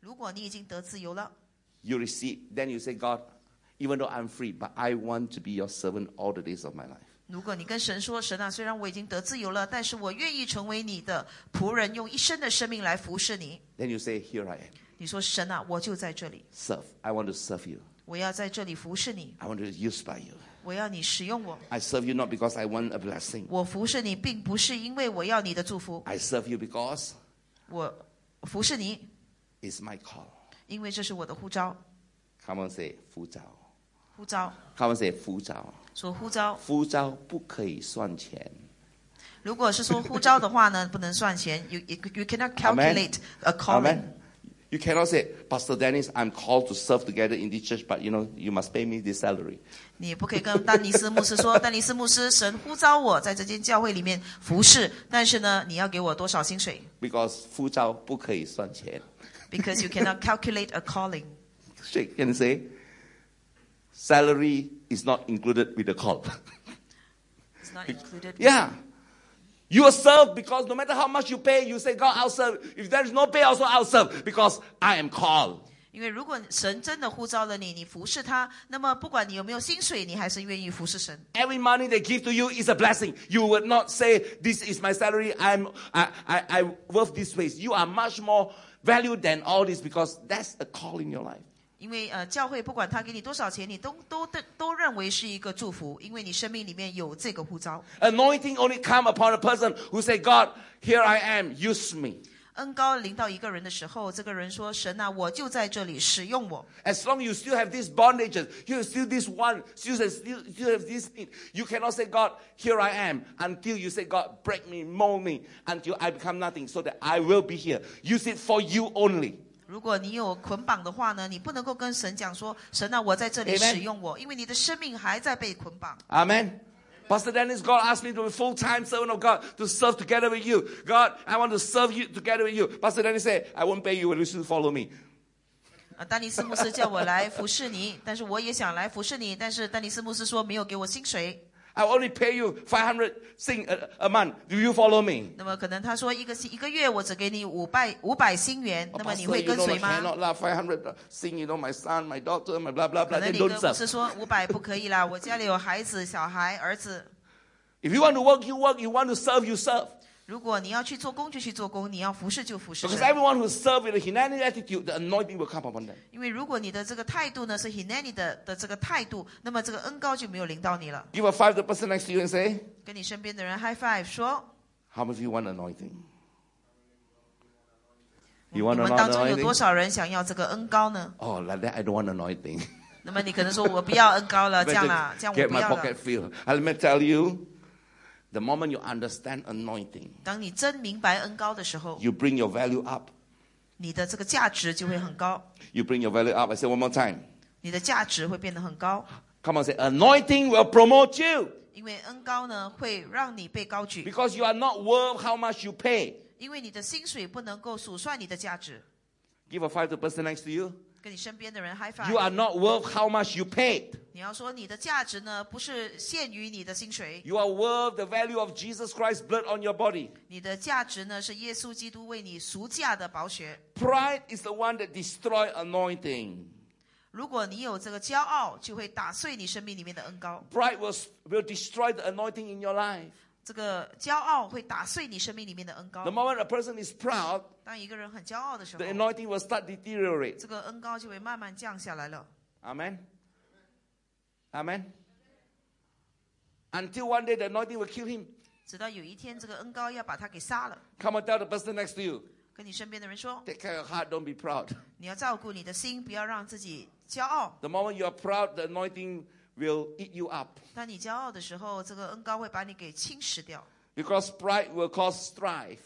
Speaker 2: 如果你已经得自由了。
Speaker 1: you receive. Then you say, God, even though I'm free, but I want to be your servant all the days of my life.
Speaker 2: 如果你跟神说：“神啊，虽然我已经得自由了，但是我愿意成为你的仆人，用一生的生命来服侍你。
Speaker 1: Then you say, Here I am. ”
Speaker 2: 你说：“神啊，我就在这里，
Speaker 1: Serve. I want to serve you.
Speaker 2: 我要在这里服侍你，
Speaker 1: I want to be used by you.
Speaker 2: 我要你使用我。
Speaker 1: I serve you not because I want a blessing.
Speaker 2: 我服侍你，并不是因为我要你的祝福，
Speaker 1: I serve you because
Speaker 2: 我服侍你，
Speaker 1: it's my call.
Speaker 2: 因为这是我的呼召。
Speaker 1: Come on, say, 呼召。
Speaker 2: 呼召
Speaker 1: 他们写呼召，
Speaker 2: 说呼召，
Speaker 1: 呼召不可以算钱。
Speaker 2: 如果是说呼召的话呢，不能算钱。You you you cannot calculate a calling.
Speaker 1: Amen. You cannot say, Pastor Dennis, I'm called to serve together in this church, but you know, you must pay me this salary.
Speaker 2: 你不可以跟丹尼斯牧师说，丹 尼斯牧师，神呼召我在这间教会里面服侍，但是呢，你要给我多少薪水
Speaker 1: Because 呼召不可以算钱。
Speaker 2: ？Because you cannot calculate a calling.
Speaker 1: Shake and say, salary is not included with the call.
Speaker 2: It's not included.
Speaker 1: yeah. You are served because no matter how much you pay, you say, God, I'll serve. If there is no pay, also I'll serve because I am called.
Speaker 2: 因为如果神真的呼召了你，你服侍他，那么不管你有没有薪水，你还是愿意服侍神。
Speaker 1: Every money they give to you is a blessing. You would not say, "This is my salary. I'm I I, I worth this ways." You are much more valued than all this because that's a call in your life.
Speaker 2: 因为呃，教会不管他给你多少钱，你都都都都认为是一个祝福，因为你生命里面有这个呼召。
Speaker 1: Anointing only come upon a person who say, "God, here I am. Use me."
Speaker 2: 恩高临到一个人的时候，这个人说：“神啊，我就在这里，使用我。”
Speaker 1: As long you still have these bondages, you still this one, you still, still have this need. You cannot say, "God, here I am," until you say, "God, break me, mold me, until I become nothing, so that I will be here." Use it for you only.
Speaker 2: 如果你有捆绑的话呢，你不能够跟神讲说：“神啊，我在这里
Speaker 1: Amen
Speaker 2: 使用我，因为你的生命还在被捆绑。
Speaker 1: Amen. Pastor Dennis, God asked me to be full-time servant of God to serve together with you. God, I want to serve you together with you. Pastor Dennis said, I won't pay you, will you still follow me? ”
Speaker 2: 啊，丹尼斯牧师叫我来服侍你，但是我也想来服侍你，但是丹尼斯牧师说没有给我薪水。
Speaker 1: I only pay you 500 sing a, a month. Do you follow me?
Speaker 2: 那么可能他说一个星一个月我只给你五百五百新元，那么
Speaker 1: Pastor,
Speaker 2: 你
Speaker 1: you
Speaker 2: 会跟
Speaker 1: know,
Speaker 2: 随
Speaker 1: I
Speaker 2: 吗？
Speaker 1: cannot lah. 500 uh, sing, you know, my son, my daughter, my blah, blah,
Speaker 2: 可
Speaker 1: blah.
Speaker 2: 能
Speaker 1: Then
Speaker 2: 你
Speaker 1: don't
Speaker 2: 跟牧
Speaker 1: serve.
Speaker 2: 师说五百不可以啦，我家里有孩子、小孩、儿子。
Speaker 1: If you want to work, you work. You want to serve, you serve.
Speaker 2: 如果你要去做工就去做工，你要服侍就服侍
Speaker 1: Because
Speaker 2: 神。
Speaker 1: everyone who serves with a humane attitude, the anointing will come upon them.
Speaker 2: 因为如果你的这个态度呢是 hinani 的的这个态度，那么这个恩高就没有临到你了。
Speaker 1: Give a five to the person next to you and say,
Speaker 2: 跟你身边的人 high five 说，
Speaker 1: How much do you want anointing?
Speaker 2: 嗯你
Speaker 1: You want
Speaker 2: 们
Speaker 1: another
Speaker 2: 当中有多
Speaker 1: anointing?
Speaker 2: 少人想要这个恩高呢？
Speaker 1: Oh, like that, I don't want anointing.
Speaker 2: 那么你可能说我不要恩高了，这样啦，这样
Speaker 1: Better Uh, Get
Speaker 2: 我不
Speaker 1: my
Speaker 2: 要了
Speaker 1: pocket。filled. Let me tell you, the moment you understand anointing,
Speaker 2: 当你真明白恩高的时候，
Speaker 1: you bring your value up.
Speaker 2: 你的这个价值就会很高，
Speaker 1: You bring your value up. I say one more time.
Speaker 2: 你的价值会变得很高，
Speaker 1: Come on, say anointing will promote you
Speaker 2: 因为恩高呢会让你被高举，
Speaker 1: because you are not worth how much you pay.
Speaker 2: 因为你的薪水不能够数算你的价值。
Speaker 1: Give a five to the person next to you.
Speaker 2: 跟你身边的人 high
Speaker 1: You
Speaker 2: five，
Speaker 1: are not worth how much you paid.
Speaker 2: 你要说你的价值呢不是限于你的薪水，
Speaker 1: You are worth the value of Jesus Christ's blood on your body.
Speaker 2: 你的价值呢是耶稣基督为你赎价的宝血。
Speaker 1: Pride is the one that destroys anointing.
Speaker 2: 如果你有这个骄傲，就会打碎你生命里面的恩高。
Speaker 1: Pride will, will destroy the anointing in your life.
Speaker 2: 这个骄傲会打碎你生命里面的恩高
Speaker 1: The。moment a person is proud,
Speaker 2: 当一个人很骄傲的时候
Speaker 1: the，anointing will start deteriorate.
Speaker 2: 这个恩高就会慢慢降下来了。
Speaker 1: Amen. Amen. Until one day the anointing will kill him.
Speaker 2: 直到有一天，这个恩高要把他给杀了。
Speaker 1: Come and tell the person next to you.
Speaker 2: 跟你身边的人说，
Speaker 1: Take care of your heart, don't be proud.
Speaker 2: 你要照顾你的心，不要让自己骄傲。
Speaker 1: The moment you are proud, the anointing will eat you up.
Speaker 2: 当你骄傲的时候，这个恩高会把你给侵蚀掉。
Speaker 1: Because pride will cause strife.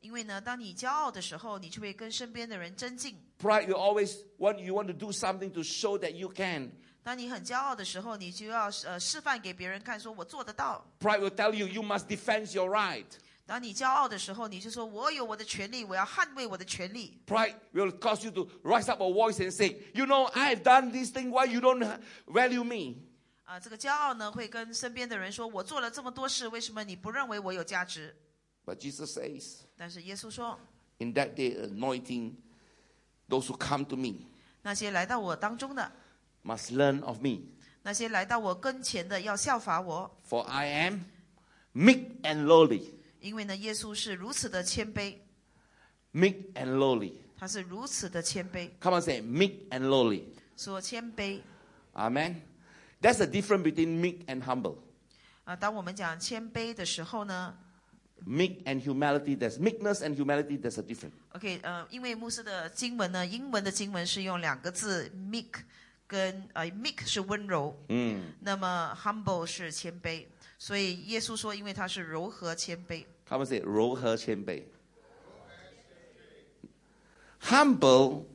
Speaker 2: 因为呢，当你骄傲的时候，你就会跟身边的人争竞；
Speaker 1: Pride will always want you want to do something to show that you can.
Speaker 2: 当你很骄傲的时候，你就要呃示范给别人看，说我做得到。
Speaker 1: Pride will tell you you must defend your right.
Speaker 2: 当你骄傲的时候，你就说我有我的权利，我要捍卫我的权利。
Speaker 1: Pride will cause you to rise up a voice and say, you know, I've done this thing. Why you don't value me?
Speaker 2: 啊，这个骄傲呢，会跟身边的人说：“我做了这么多事，为什么你不认为我有价值
Speaker 1: But Jesus says,？”
Speaker 2: 但是耶稣说
Speaker 1: in that day anointing those who come to me：“
Speaker 2: 那些来到我当中的，
Speaker 1: must learn of me
Speaker 2: 那些来到我跟前的，要效法我，
Speaker 1: for i am meek and lowly
Speaker 2: 因为呢，耶稣是如此的谦卑，
Speaker 1: meek and lowly
Speaker 2: 他是如此的谦卑，
Speaker 1: come on say meek and lowly
Speaker 2: 说谦卑
Speaker 1: amen that's the difference between meek and humble
Speaker 2: 啊。当我们讲谦卑的时候呢
Speaker 1: meek and humility there's meekness and humility there's a difference
Speaker 2: ，OK，呃，因为牧师的经文呢，英文的经文是用两个字 meek 跟呃 meek 是温柔，
Speaker 1: Mm.
Speaker 2: 那么 humble 是谦卑，所以耶稣说，因为他是柔和谦卑。
Speaker 1: come on say 柔和谦卑 humble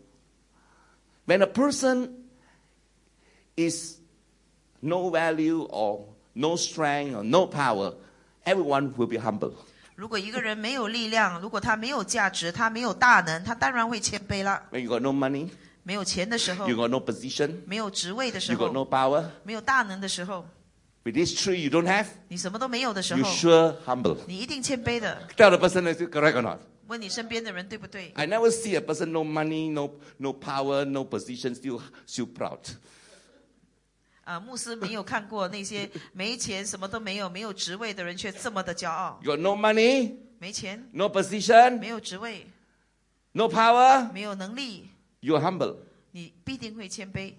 Speaker 1: when a person is no value or no strength or no power, everyone will be humble.
Speaker 2: 如果一个人没有力量，如果他没有价值，他没有大能，他当然会谦卑啦。
Speaker 1: When you got no money,
Speaker 2: 没有钱的时候
Speaker 1: you，got no position,
Speaker 2: 没有职位的时
Speaker 1: you got
Speaker 2: 候，
Speaker 1: no power.
Speaker 2: 没有大能的时候，
Speaker 1: With these three you don't have,
Speaker 2: 你什么都没有的时
Speaker 1: you
Speaker 2: 候，
Speaker 1: sure humble.
Speaker 2: 你一定谦卑的。
Speaker 1: Tell the person is it correct or not.
Speaker 2: 问你身边的人对不对？
Speaker 1: I never see a person no money, no no power, no position, still still proud.
Speaker 2: 啊，牧师没有看过那些没钱、什么都没有、没有职位的人却这么的骄傲。
Speaker 1: You got no money,
Speaker 2: 没钱，
Speaker 1: no position,
Speaker 2: 没有职位，
Speaker 1: no power,
Speaker 2: 没有能力，
Speaker 1: you're humble.
Speaker 2: 你必定会谦卑。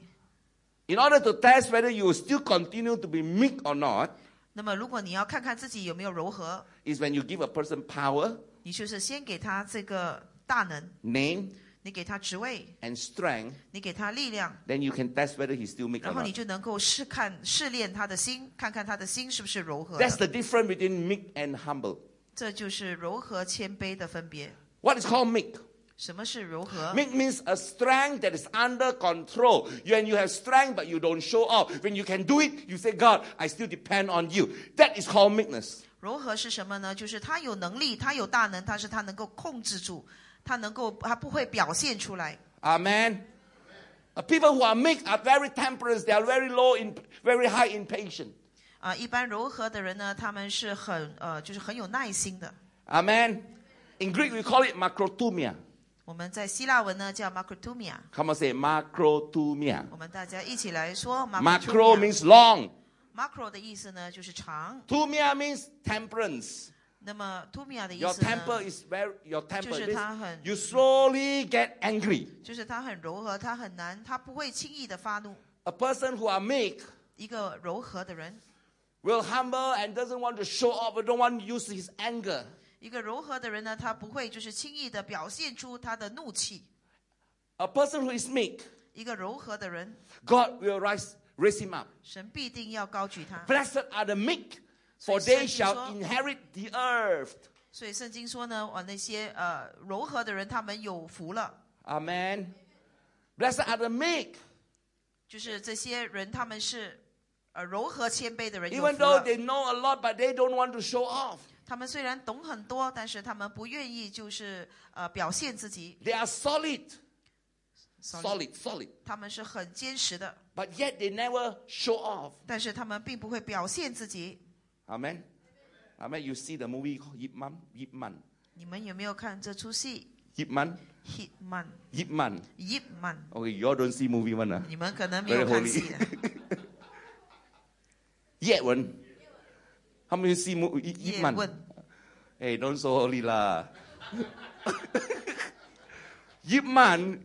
Speaker 1: In order to test whether you will still continue to be meek or not,
Speaker 2: 那么，如果你要看看自己有没有柔和，
Speaker 1: is when you give a person power,
Speaker 2: 你就是先给他这个大能，
Speaker 1: name,
Speaker 2: 你给他职位，
Speaker 1: and strength,
Speaker 2: 你给他力量，
Speaker 1: then you can test whether he's still meek or
Speaker 2: 然后你
Speaker 1: not.
Speaker 2: 就能够试看试炼他的心，看看他的心是不是柔和的
Speaker 1: That's the difference between meek and humble.
Speaker 2: 这就是柔和谦卑的分别。
Speaker 1: What is called meek?
Speaker 2: 什么是柔和？
Speaker 1: Meek means a strength that is under control. When you have strength but you don't show off, when you can do it, you say, God, I still depend on you. That is called meekness.
Speaker 2: 柔和是什么呢？就是他有能力，他有大能，但是他能够控制住，他能够他不会表现出来。
Speaker 1: Amen. Uh, People who are meek are very temperate. They are very low in, very high in patience.
Speaker 2: 啊、一般柔和的人呢，他们是很呃，就是很有耐心的。
Speaker 1: Amen. In Greek, we call it macrotumia.
Speaker 2: 我们在希腊文呢叫 macrotumia，
Speaker 1: Come on, say macrotumia.
Speaker 2: 我们大家一起来说
Speaker 1: Macro
Speaker 2: macrotumia。
Speaker 1: means long.
Speaker 2: macro 的意思呢就是长，
Speaker 1: Tumia means temperance.
Speaker 2: 那么 t u m i a 的意
Speaker 1: Your
Speaker 2: 思
Speaker 1: temper
Speaker 2: 呢，
Speaker 1: is very, your
Speaker 2: 就
Speaker 1: temper
Speaker 2: 是
Speaker 1: is,
Speaker 2: 他很，
Speaker 1: you slowly get angry.
Speaker 2: 就是他很柔和，他很难，他不会轻易的发怒。
Speaker 1: A person who are meek
Speaker 2: 一个柔和的人，
Speaker 1: will humble and doesn't want to show off, or don't want to use his anger.
Speaker 2: 一个柔和的人呢，他不会就是轻易的表现出他的怒气。
Speaker 1: A person who is meek,
Speaker 2: 一个柔和的人，
Speaker 1: God will rise, raise him up.
Speaker 2: 神必定要高举他。
Speaker 1: Blessed are the meek, for they shall inherit the earth.
Speaker 2: 所以圣经说呢，啊那些呃柔和的人，他们有福了。
Speaker 1: Amen. Blessed are the meek,
Speaker 2: 就是这些人，他们是呃柔和谦卑的人有
Speaker 1: even
Speaker 2: 福
Speaker 1: though
Speaker 2: 了。
Speaker 1: they know a lot, but they don't want to show off.
Speaker 2: 他们虽然懂很多，但是他们不愿意就是呃表现自己
Speaker 1: They are solid,
Speaker 2: Sorry
Speaker 1: solid, solid,
Speaker 2: 他们是很坚实的，
Speaker 1: but yet they never show off.
Speaker 2: 但是他们并不会表现自己。
Speaker 1: Amen. Amen. You see the movie called Ip Man, Ip Man,
Speaker 2: 你们有没有看这出戏
Speaker 1: Ip Man,
Speaker 2: 《Hitman》
Speaker 1: Ip Man.
Speaker 2: ？Ip Man，
Speaker 1: Okay, you all don't see movie one, ah.
Speaker 2: 你们可能没有看戏
Speaker 1: Very holy 叶文，How many see mo- Ip
Speaker 2: 叶
Speaker 1: Man?
Speaker 2: 问
Speaker 1: Hey, don't so holy lah. Yip Man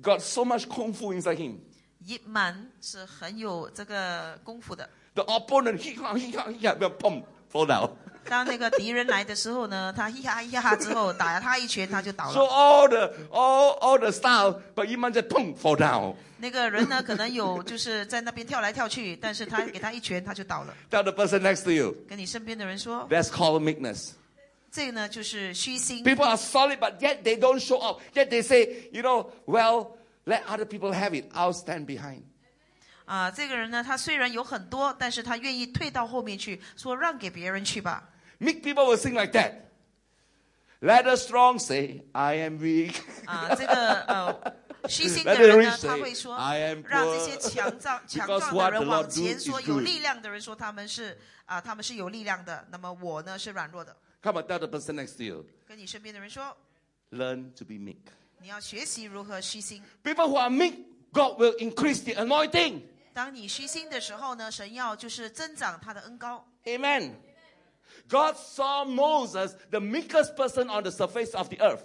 Speaker 1: got so much kung fu inside him.
Speaker 2: ，Ip Man 是很有这个功夫的。
Speaker 1: The opponent, he can't, he can't, he can't, well, boom, fall down.
Speaker 2: 当那个敌人来的时候呢，他嘻 哈嘻哈之后打他一拳，他就倒
Speaker 1: So
Speaker 2: 了。
Speaker 1: all the, all, all the style, but Yip Man just boom, fall down.
Speaker 2: 那个人呢，可能有就是在那边跳来跳去，但是他给他一拳，他就倒了。
Speaker 1: Tell the person next to you,
Speaker 2: 跟你身边的 人说，
Speaker 1: that's called meekness.
Speaker 2: 这个呢就是虚心。
Speaker 1: People are solid, but yet they don't show up. Yet they say, you know, well, let other people have it. I'll stand behind.
Speaker 2: 啊，这个人呢，他虽然有很多，但是他愿意退到后面去，说让给别人去吧。
Speaker 1: Meek people will sing like that. Let the strong say, I am weak.
Speaker 2: 啊，这个呃，虚心
Speaker 1: Let
Speaker 2: 的
Speaker 1: the
Speaker 2: 人
Speaker 1: rich
Speaker 2: 呢，他
Speaker 1: say,
Speaker 2: 会说，
Speaker 1: I am
Speaker 2: 让这些
Speaker 1: poor.
Speaker 2: 强壮强
Speaker 1: Because
Speaker 2: 壮的
Speaker 1: what the
Speaker 2: 人往
Speaker 1: Lord
Speaker 2: 前
Speaker 1: do
Speaker 2: 说，
Speaker 1: is
Speaker 2: 有
Speaker 1: good.
Speaker 2: 力量的人说他们是啊，他们是有力量的，那么我呢是软弱的。
Speaker 1: Come on, tell the person next to you.
Speaker 2: 跟你身边的人说，
Speaker 1: Learn to be meek.
Speaker 2: 你要学习如何虚心。
Speaker 1: People who are meek, God will increase the anointing.
Speaker 2: 当你虚心的时候呢，神要就是增长他的恩高。
Speaker 1: Amen. God saw Moses, the meekest person on the surface of the earth.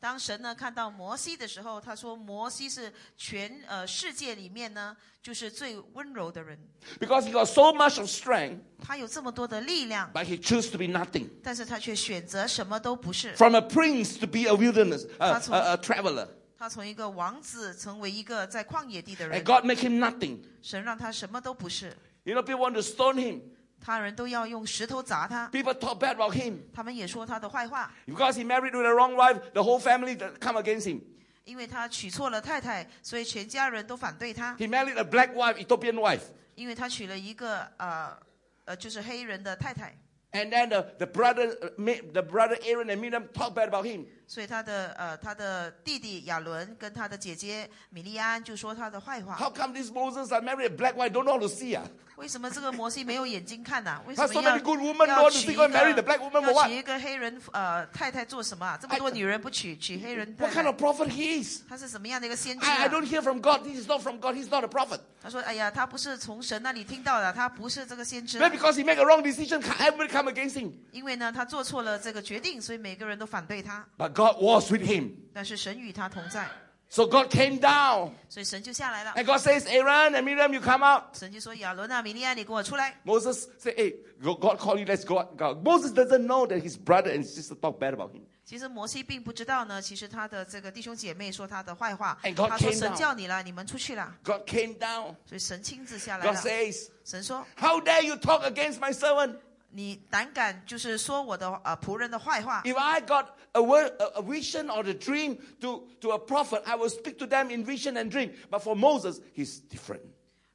Speaker 2: 当神呢看到摩西的时候，他说摩西是全呃世界里面呢就是最温柔的人，
Speaker 1: Because he got so much of strength,
Speaker 2: 他有这么多的力量，
Speaker 1: but he chose to be nothing.
Speaker 2: 但是他却选择什么都不是。
Speaker 1: From a prince to be a wilderness, uh,
Speaker 2: That's
Speaker 1: a, a traveler.
Speaker 2: 他从一个王子成为一个在旷野地的
Speaker 1: And
Speaker 2: 人，
Speaker 1: 哎 God make him nothing.
Speaker 2: 神让他什么都不是，
Speaker 1: You know, people want to stone him.
Speaker 2: 他人都要用石头砸他，
Speaker 1: People talk bad about him.
Speaker 2: 他们也说他的坏话，
Speaker 1: Because he married with the wrong wife, the whole family that come against him.
Speaker 2: 因为他娶错了太太，所以全家人都反对他，
Speaker 1: He married a black wife, Ethiopian wife.
Speaker 2: 因为他娶了一个呃呃就是黑人的太太，
Speaker 1: And then the, the brother, uh, Ma- the brother Aaron and Miriam talk bad about him.
Speaker 2: 所以他的呃他的弟弟亚伦跟他的姐姐米利安就说他的坏话。
Speaker 1: How come this Moses are married a black wife? Don't know how to see ah.
Speaker 2: 为什么这个摩西没有眼睛看呐、为什
Speaker 1: Has
Speaker 2: 么
Speaker 1: so
Speaker 2: 要
Speaker 1: many good women
Speaker 2: 要
Speaker 1: don't
Speaker 2: 娶
Speaker 1: see
Speaker 2: 一
Speaker 1: go
Speaker 2: 个
Speaker 1: and marry the black woman for
Speaker 2: 要娶
Speaker 1: what?
Speaker 2: 一个黑人呃太太做什么、啊？这么多女人不娶，娶黑人太
Speaker 1: What kind
Speaker 2: 太
Speaker 1: of，prophet he is?
Speaker 2: 他是什么样的一个先知、
Speaker 1: I, I
Speaker 2: 啊？
Speaker 1: don't hear from God. This is not from God. He's not a prophet.
Speaker 2: 他说：“哎呀，他不是从神那里听到的，他不是这个先知，啊
Speaker 1: Then because he make a wrong decision, ca- everybody come against him.
Speaker 2: 因为呢，他做错了这个决定，所以每个人都反对他。
Speaker 1: But God was with him.
Speaker 2: 但是神与他同在，
Speaker 1: So God came down.
Speaker 2: 所以神就下来了。
Speaker 1: And God says, Aaron and Miriam, you come out.
Speaker 2: 神就说：亚伦啊，米利安，你给我出来。
Speaker 1: Moses said, Hey, go- God called you, let's go out. God. Moses doesn't know that his brother and sister talk bad about him.
Speaker 2: 其实摩西并不知道呢，其实他的这个弟兄姐妹说他的坏话
Speaker 1: And God，
Speaker 2: 他说
Speaker 1: came
Speaker 2: 神
Speaker 1: down.
Speaker 2: 叫你了，你们出去了，
Speaker 1: God came down.
Speaker 2: 所以神亲自下来
Speaker 1: God
Speaker 2: 了。
Speaker 1: says,
Speaker 2: 神说
Speaker 1: How dare you talk against my servant?：“
Speaker 2: 你胆敢就是说我的呃仆人的坏话。
Speaker 1: If I got a, word, a, a vision or a dream to, to a prophet, I will speak to them in vision and dream. But for Moses, he's different.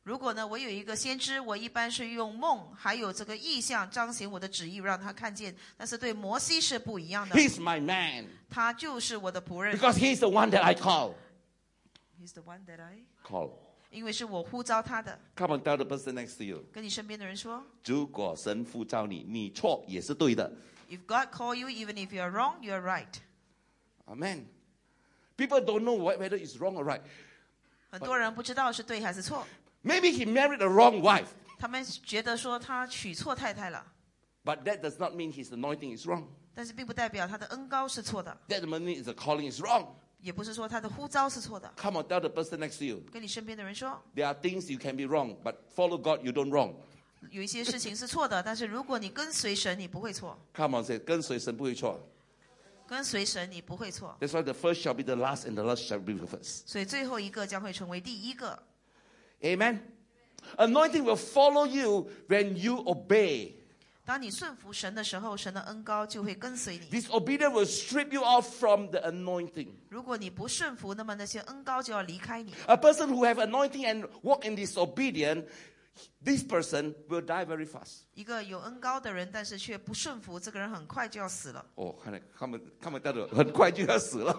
Speaker 2: 如果呢，我有一个先知，我一般是用梦还有这个意象彰显我的旨意，让他看见。但是对摩西是不一样的，
Speaker 1: He's my man
Speaker 2: 他就是我的仆人。
Speaker 1: because he's the one that I call.
Speaker 2: He's the one that I，
Speaker 1: Call.
Speaker 2: 因为是我呼召他的。
Speaker 1: Come on, tell the person next to you.
Speaker 2: 跟你身边的人说
Speaker 1: 如果神呼召你，你错也是对的。
Speaker 2: ，If God call you, even if you are wrong, you are right。
Speaker 1: Amen. People don't know wh- whether it's wrong or right.
Speaker 2: 很多人不知道是对还是错，
Speaker 1: Maybe he married the wrong wife.
Speaker 2: 他们觉得说他娶错太太了，
Speaker 1: But that does not mean his anointing is wrong.
Speaker 2: 但是并不代表他的恩高是错的，
Speaker 1: That doesn't mean his calling is wrong.
Speaker 2: 也不是说他的呼召是错的。
Speaker 1: Come on, tell the person next to you.
Speaker 2: 跟你身边的人说，
Speaker 1: There are things you can be wrong, but follow God, you don't wrong.
Speaker 2: 有一些事情是错的，但是如果你跟随神，你不会错；
Speaker 1: Come on, say, 跟随神不会错。
Speaker 2: 跟随神，你不会错。
Speaker 1: That's why the first shall be the last and the last shall be the first.
Speaker 2: 所以最后一个将会成为第一个。
Speaker 1: Amen. Anointing will follow you when you obey.
Speaker 2: 当你顺服神的时候，神的恩高就会跟随你。
Speaker 1: This obedience will strip you off from the anointing.
Speaker 2: 如果你不顺服，那么那些恩高就要离开你。
Speaker 1: A person who have anointing and walk in disobedience, this person will die very fast.
Speaker 2: 一个有恩高的人，但是却不顺服，这个人很快就要死了，
Speaker 1: Oh, 看来他们他们带着很快就要死了。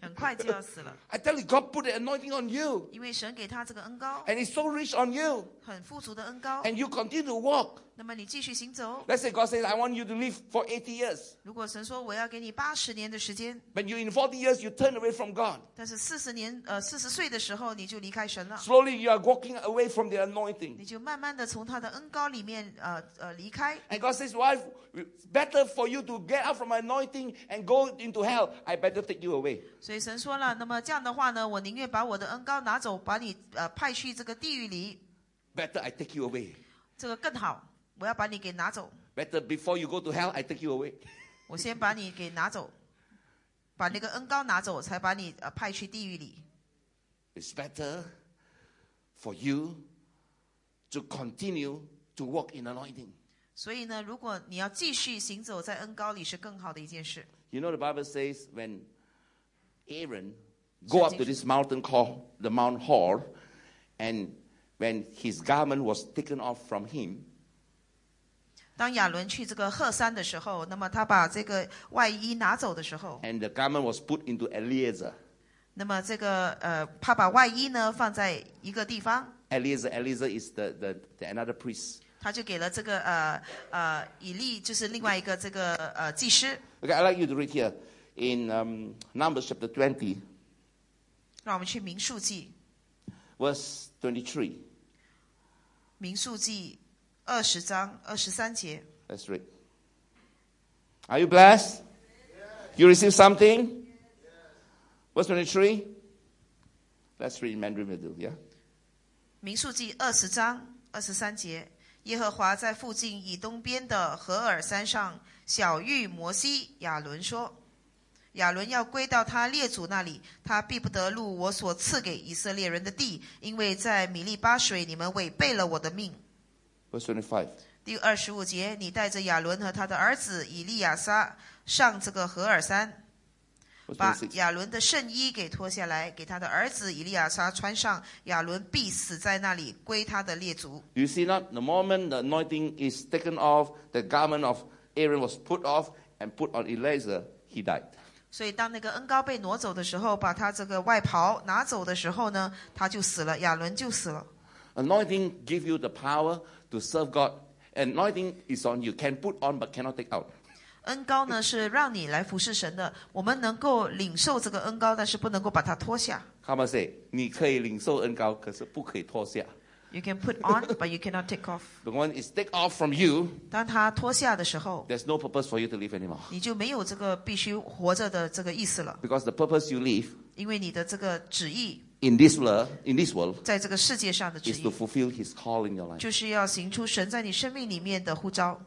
Speaker 2: 很快就要死了，
Speaker 1: I tell you, God put the anointing on you,
Speaker 2: 因为神给他这个恩高，
Speaker 1: and it's so rich on you,
Speaker 2: 很富足的恩高。
Speaker 1: and you continue to walk.
Speaker 2: 那么你继续行走。
Speaker 1: Let's say God says, "I want you to live for 80 years,"
Speaker 2: 如果神说我要给你八十年的时间，
Speaker 1: but you in 40 years you turn away from God.
Speaker 2: 但是四十年呃四十岁的时候你就离开神了，
Speaker 1: Slowly you are walking away from the anointing,
Speaker 2: 你就慢慢的从他的恩高里面呃呃离开。
Speaker 1: and God says, "Wife, it's better for you to get out from my anointing and go into hell. I better take you away."
Speaker 2: 所以神说了，那么这样的话呢，我宁愿把我的恩高拿走，把你呃派去这个地狱里，
Speaker 1: Better I take you away.
Speaker 2: 这个更好。我要把你给拿走，
Speaker 1: Better before you go to hell, I take you away.
Speaker 2: 我先把你给拿走，把那个恩高拿走，才把你呃派去地狱里。
Speaker 1: It's better for you to continue to walk in anointing.
Speaker 2: 所以呢，如果你要继续行走在恩高里，是更好的一件事。
Speaker 1: You know, the Bible says when Aaron go up to this mountain called the Mount Hor, and when his garment was taken off from him,
Speaker 2: 当亚伦去这个赫山的时候，那么他把这个外衣拿走的时候，
Speaker 1: and the garment was put into Eliezer.
Speaker 2: 那么这个呃，他把外衣呢放在一个地方，
Speaker 1: Eliezer, Eliezer is the, the, the another priest.
Speaker 2: 他就给了这个呃呃以利，就是另外一个这个呃祭司。
Speaker 1: Okay, I'd like you to read here in um, Numbers chapter 20,
Speaker 2: 让我们去民数记，
Speaker 1: verse 23.
Speaker 2: 民数记二十章二十三节。
Speaker 1: Let's read. Are you blessed? You receive something? Verse 23. Let's read in Mandarin Middle, yeah?
Speaker 2: 民数记二十章二十三节，耶和华在附近以东边的何尔山上小玉摩西亚伦说：“亚伦要归到他列祖那里，他必不得入我所赐给以色列人的地，因为在米利巴水你们违背了我的命。”
Speaker 1: Verse 25.
Speaker 2: 第二十五节，你带着亚伦和他的儿子以利亚撒上这个何尔山，
Speaker 1: Verse
Speaker 2: 把
Speaker 1: 26.
Speaker 2: 亚伦的圣衣给脱下来，给他的儿子以利亚撒穿上。亚伦必死在那里，归他的列族。
Speaker 1: You see not the moment the anointing is taken off, the garment of Aaron was put off and put on Eliezer, he died.
Speaker 2: 所以，当那个恩高被挪走的时候，把他这个外袍拿走的时候呢，他就死了，亚伦就死了。
Speaker 1: Anointing give you the power to serve God. Anointing is on you, can put on but cannot take out.
Speaker 2: 恩高呢是让你来服侍神的，我们能够领受这个恩高，但是不能够把它脱下。
Speaker 1: Come on, say, 你可以领受恩高，可是不可以脱下。
Speaker 2: You can put on, but you cannot take off。
Speaker 1: The one is take off from you,
Speaker 2: 当他脱下的时候，
Speaker 1: there's no purpose for you to live anymore.
Speaker 2: 你就没有这个必须活着的这个意思了，
Speaker 1: Because the purpose you live
Speaker 2: 因为你的这个旨意，
Speaker 1: in this world, in this world,
Speaker 2: 在这个世界上的旨
Speaker 1: is to
Speaker 2: 意，
Speaker 1: fulfill His call in your life.
Speaker 2: 就是要行出神在你生命里面的呼召。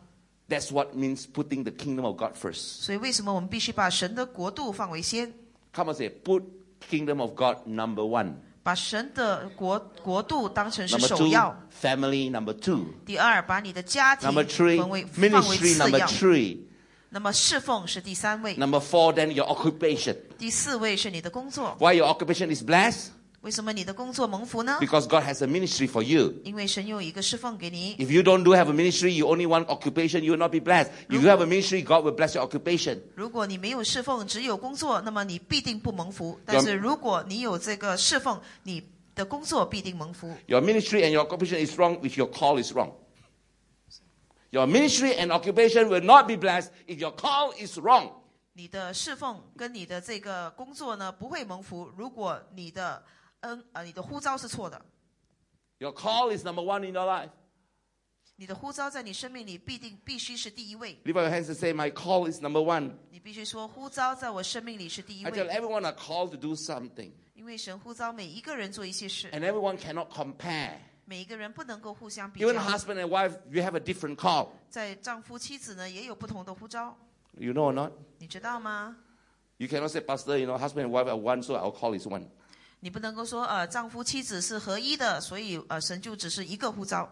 Speaker 1: That's what means putting the kingdom of God first.
Speaker 2: 所以，为什么我们必须把神的国度放为先，
Speaker 1: Come on, say, put kingdom of God number one,
Speaker 2: 把神的国国度当成是
Speaker 1: number
Speaker 2: 首
Speaker 1: two,
Speaker 2: 要？
Speaker 1: family number two,
Speaker 2: 第二，把你的家庭
Speaker 1: number three,
Speaker 2: 分为放为
Speaker 1: ministry
Speaker 2: 次
Speaker 1: number
Speaker 2: 要。
Speaker 1: three,
Speaker 2: 那么侍奉是第三位，
Speaker 1: number four. Then your occupation.
Speaker 2: 第四位是你的工作。
Speaker 1: Why your occupation is blessed?
Speaker 2: 为什么你的工作蒙福呢？
Speaker 1: Because God has a ministry for you.
Speaker 2: 因为神有一个侍奉给你。
Speaker 1: If you don't do have a ministry, you only want occupation, you will not be blessed. If you have a ministry, God will bless your occupation.
Speaker 2: 如果你没有侍奉，只有工作，那么你必定不蒙福。但是如果你有这个侍奉，你的工作必定蒙福。
Speaker 1: Your ministry and your occupation is wrong if your call is wrong. Your ministry and occupation will not be blessed if your call is wrong.
Speaker 2: 你的侍奉跟你的这个工作呢，不会蒙福。如果你的恩呃你的呼召是错的，
Speaker 1: Your call is number one in your life.
Speaker 2: 你的呼召在你生命里必定必须是第一位。
Speaker 1: Lift up your hands and say, My call is number one.
Speaker 2: 你必须说呼召在我生命里是第一
Speaker 1: I tell
Speaker 2: 位，
Speaker 1: everyone are called to do something,
Speaker 2: 因为神呼召每一个人做一些事，
Speaker 1: and everyone cannot compare.
Speaker 2: 每一个人不能够互相比
Speaker 1: Even
Speaker 2: 较。
Speaker 1: husband and wife, you have a different call.
Speaker 2: 在丈夫妻子呢也有不同的呼召，
Speaker 1: You know or not?
Speaker 2: 你知道吗？
Speaker 1: You cannot say, Pastor, you know, husband and wife are one, so our call is one.
Speaker 2: 你不能够说呃丈夫妻子是合一的，所以呃神就只是一个呼召。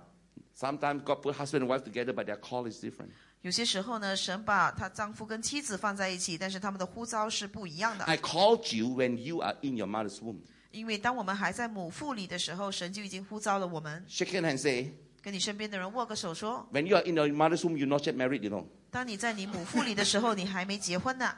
Speaker 1: Sometimes God put husband and wife together, but their call is different.
Speaker 2: 有些时候呢，神把他丈夫跟妻子放在一起，但是他们的呼召是不一样的。
Speaker 1: I called you when you are in your mother's womb.
Speaker 2: 因为当我们还在母腹里的时候，神就已经呼召了我们。
Speaker 1: Shake hand and say,
Speaker 2: 跟你身边的人握个手，说
Speaker 1: when you are in your mother's womb, you're not yet married, you know.：“
Speaker 2: 当你在你母腹里的时候，你还没结婚呢。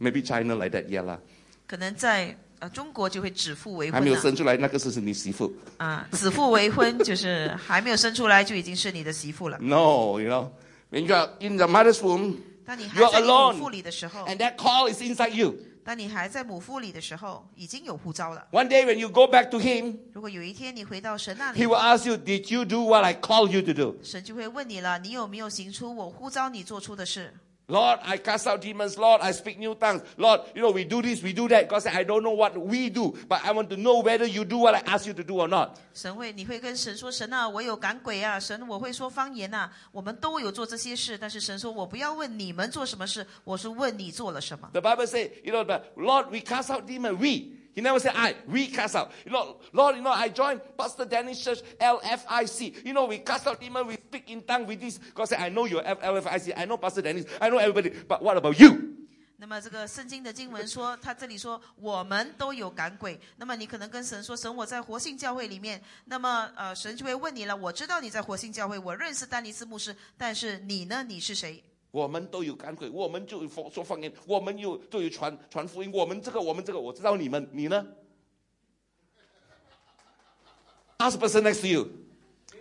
Speaker 1: Maybe China like that, yeah lah.
Speaker 2: 可能在呃中国就会指腹为
Speaker 1: 还
Speaker 2: 婚
Speaker 1: 没有
Speaker 2: 了
Speaker 1: 生出来，那个是是你媳妇。
Speaker 2: 啊，指腹为婚就是还没有生出来就已经是你的 媳妇了。
Speaker 1: No, you know, when you are in the mother's womb,
Speaker 2: 当你还
Speaker 1: You are
Speaker 2: 在你母
Speaker 1: alone.
Speaker 2: 腹里的时候，
Speaker 1: and that call is inside you.
Speaker 2: 当你还在母腹里的时候，已经有呼召了。
Speaker 1: One day when you go back to him,
Speaker 2: 如果有一天你回到神那
Speaker 1: he
Speaker 2: 里，
Speaker 1: will ask you, "Did you do what I called you to do?"
Speaker 2: 神就会问你了：你有没有行出我呼召你做出的事？
Speaker 1: Lord, I cast out demons. Lord, I speak new tongues. Lord, you know, we do this, we do that. God said, I don't know what we do, but I want to know whether you do what I ask you to do or not.
Speaker 2: 神会，你会跟神说：“神啊，我有赶鬼啊，神，我会说方言啊，我们都有做这些事。”但是神说：“我不要问你们做什么事，我是问你做了什么。
Speaker 1: The Bible says, you know, but Lord, we cast out demons. We. He never said I. We cast out. You know, Lord, you know, I joined Pastor Dennis Church LFIC. You know, we cast out demons. We speak in tongue with this. God said, I know you're F- LFIC. I know Pastor Dennis. I know everybody. But what about you? ”
Speaker 2: 那么这个圣经的经文说，他这里说我们都有赶鬼。那么你可能跟神说：“神，我在活性教会里面。”那么呃，神就会问你了：“我知道你在活性教会，我认识丹尼斯牧师，但是你呢？你是谁？”
Speaker 1: 我们都有赶鬼，我们就有说方言，我们又就有传传福音，我们这个我们这个，我知道你们，你呢？Ask the person next to you.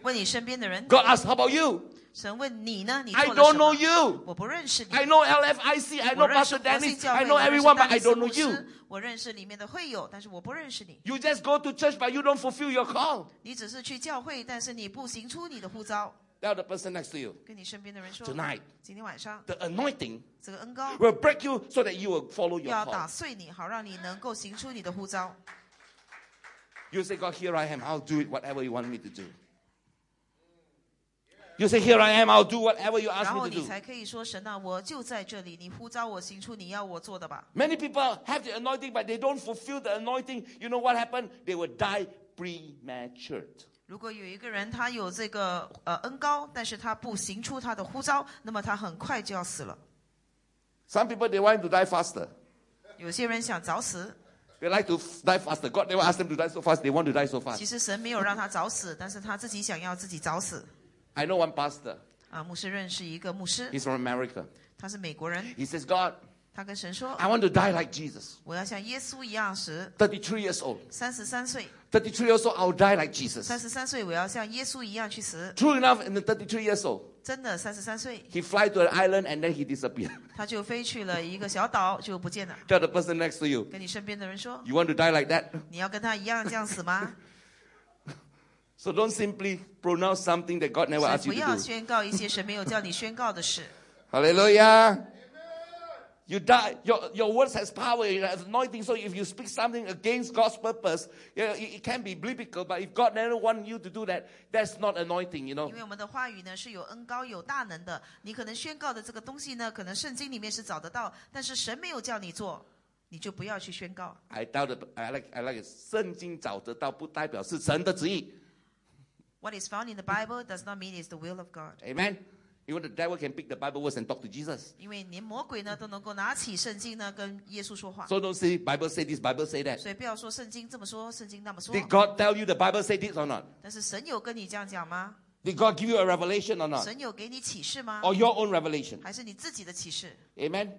Speaker 2: 问你身边的人，
Speaker 1: God asks, how about you?
Speaker 2: 神问你呢？你做
Speaker 1: I
Speaker 2: 了什
Speaker 1: don't know
Speaker 2: 么？
Speaker 1: you.
Speaker 2: 我不认识你。
Speaker 1: I know LFIC. I
Speaker 2: 我
Speaker 1: know
Speaker 2: 认识
Speaker 1: Pastor
Speaker 2: 活性
Speaker 1: Dennis.
Speaker 2: 教会
Speaker 1: I know
Speaker 2: 我认识
Speaker 1: everyone, but
Speaker 2: 丹
Speaker 1: I
Speaker 2: 尼斯
Speaker 1: don't know
Speaker 2: 牧
Speaker 1: you.
Speaker 2: 师我认识里面的会友，但是我不认识你。
Speaker 1: You just go to church, but you don't fulfill your call.
Speaker 2: 你只是去教会，但是你不行出你的呼召。
Speaker 1: Tell the person next to you
Speaker 2: 跟你身边的人说，
Speaker 1: tonight.
Speaker 2: 今天晚上
Speaker 1: The anointing
Speaker 2: 这个恩高
Speaker 1: will break you so that you will follow your
Speaker 2: 要打
Speaker 1: call.
Speaker 2: 碎你，好让你能够行出你的呼召。
Speaker 1: You say, God, here I am. I'll do it, whatever you want me to do. You say, here I am. I'll do whatever you
Speaker 2: 然
Speaker 1: ask
Speaker 2: 后
Speaker 1: me to
Speaker 2: 你
Speaker 1: do.
Speaker 2: 才可以说神啊，我就在这里，你呼召我行出你要我做的吧。
Speaker 1: Many people have the anointing, but they don't fulfill the anointing. You know what happened? They will die premature.
Speaker 2: 如果有一个人他有这个呃恩高，但是他不行出他的呼召，那么他很快就要死了。
Speaker 1: Some people, they want to die faster.
Speaker 2: 有些人想早死，
Speaker 1: They like to f- die faster. God never asked them to die so fast. They want to die so fast.
Speaker 2: 其实神没有让他早死，但是他自己想要自己早死。
Speaker 1: I know one pastor.
Speaker 2: 啊，牧师认识一个牧师，
Speaker 1: He's from America.
Speaker 2: 他是美国人，
Speaker 1: He says, God,
Speaker 2: 他跟神说
Speaker 1: I want to die like Jesus.：“
Speaker 2: 我要像耶稣一样时，
Speaker 1: 33 years old.
Speaker 2: 三十三岁，
Speaker 1: 33 years old, I'll die like
Speaker 2: 三
Speaker 1: Jesus.
Speaker 2: 十三岁我要像耶稣一样去死。
Speaker 1: True enough, in the 33 years old, ”
Speaker 2: 真的，三十三岁
Speaker 1: he fly to an island and then he disappear.
Speaker 2: 他就飞去了一个小岛，就不见了。
Speaker 1: Tell the person next to you,
Speaker 2: 跟你身边的人说
Speaker 1: you want to die like that?：“
Speaker 2: 你要跟他一样这样死 吗
Speaker 1: So don't simply pronounce something that God？”
Speaker 2: 所
Speaker 1: never
Speaker 2: 以
Speaker 1: asked
Speaker 2: 不
Speaker 1: you to
Speaker 2: 要
Speaker 1: do.
Speaker 2: 宣告一些神没有叫你宣告的事。
Speaker 1: Hallelujah. You die. Your, your words has power. It has anointing. So if you speak something against God's purpose, you know, it, it can be biblical. But if God never want you to do that, that's not anointing. You know.
Speaker 2: 因为我们的话语呢是有恩高有大能的，你可能宣告的这个东西呢，可能圣经里面是找得到，但是神没有叫你做，你就不要去宣告。
Speaker 1: I doubt it. I like. I like. it. 圣经找得到，不代表是神的旨意。
Speaker 2: What is found in the Bible does not mean it's the will of God。
Speaker 1: Amen. Even the devil can pick the Bible verse and talk to Jesus.
Speaker 2: 因为连魔鬼呢都能够拿起圣经呢跟耶稣说话，
Speaker 1: So don't say Bible say this, Bible say that.
Speaker 2: 所以不要说圣经这么说，圣经那么说。
Speaker 1: Did God tell you the Bible say this or not?
Speaker 2: 但是神有跟你这样讲吗？
Speaker 1: Did God give you a revelation or not?
Speaker 2: 神有给你启示吗？
Speaker 1: Or your own revelation?
Speaker 2: 还是你自己的启示？
Speaker 1: Amen.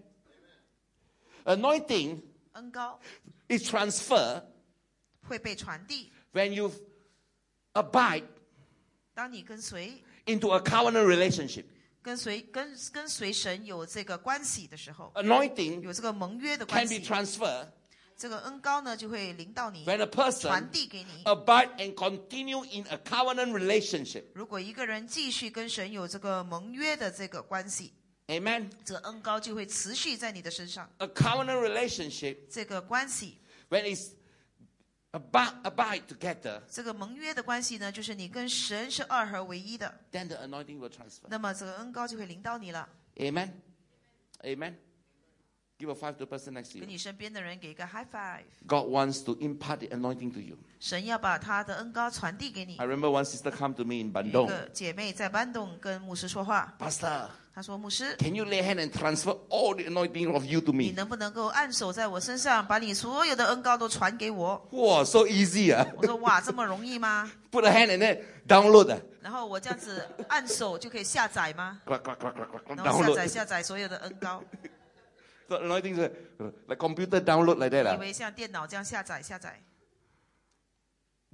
Speaker 1: Anointing
Speaker 2: 恩高
Speaker 1: is transfer
Speaker 2: 会被传递，
Speaker 1: when you abide
Speaker 2: 当你跟随、
Speaker 1: into a covenant relationship.
Speaker 2: 跟随、跟跟随神有这个关系的时候，
Speaker 1: Anointing
Speaker 2: 有这个盟约的关
Speaker 1: can be
Speaker 2: 系，
Speaker 1: transferred
Speaker 2: 这个恩高呢就会临到你，
Speaker 1: When 哦 a person
Speaker 2: 传递给你。
Speaker 1: abide and continue in a covenant relationship,
Speaker 2: 如果一个人继续跟神有这个盟约的这个关系，
Speaker 1: amen.
Speaker 2: 这个恩高就会持续在你的身上。
Speaker 1: A covenant relationship
Speaker 2: 这个关系，
Speaker 1: when it's abide, abide together,
Speaker 2: 这个盟约的关系呢，就是你跟神是二合为一的，
Speaker 1: then the anointing will transfer.
Speaker 2: 那么这个恩高就会临到你了。
Speaker 1: Amen. Amen. Give a five to the person next to
Speaker 2: 给
Speaker 1: you.
Speaker 2: 你身边的人给一个 high five。
Speaker 1: God wants to impart the anointing to you.
Speaker 2: 神要把他的恩高传递给你
Speaker 1: I。remember one sister come to me in
Speaker 2: 有一
Speaker 1: Bandung.
Speaker 2: 个姐妹在班洞跟牧师说话，
Speaker 1: Pastor,
Speaker 2: 她说：“牧师，
Speaker 1: can you lay hand and transfer all the anointing of you to
Speaker 2: 你
Speaker 1: me?
Speaker 2: 能不能够按手在我身上，把你所有的恩高都传给我
Speaker 1: Wow, so easy. ah.？”
Speaker 2: 我说：“哇，这么容易吗
Speaker 1: Put a hand and then download. ah.
Speaker 2: 然后我这样子按手就可以下载吗？
Speaker 1: Quack, quack, quack, quack, quack, quack,
Speaker 2: 然后下载
Speaker 1: download.
Speaker 2: 下载所有的恩高，
Speaker 1: The anointing is like, like computer download like that.
Speaker 2: 以
Speaker 1: ah.
Speaker 2: 为像电脑这样下载下载，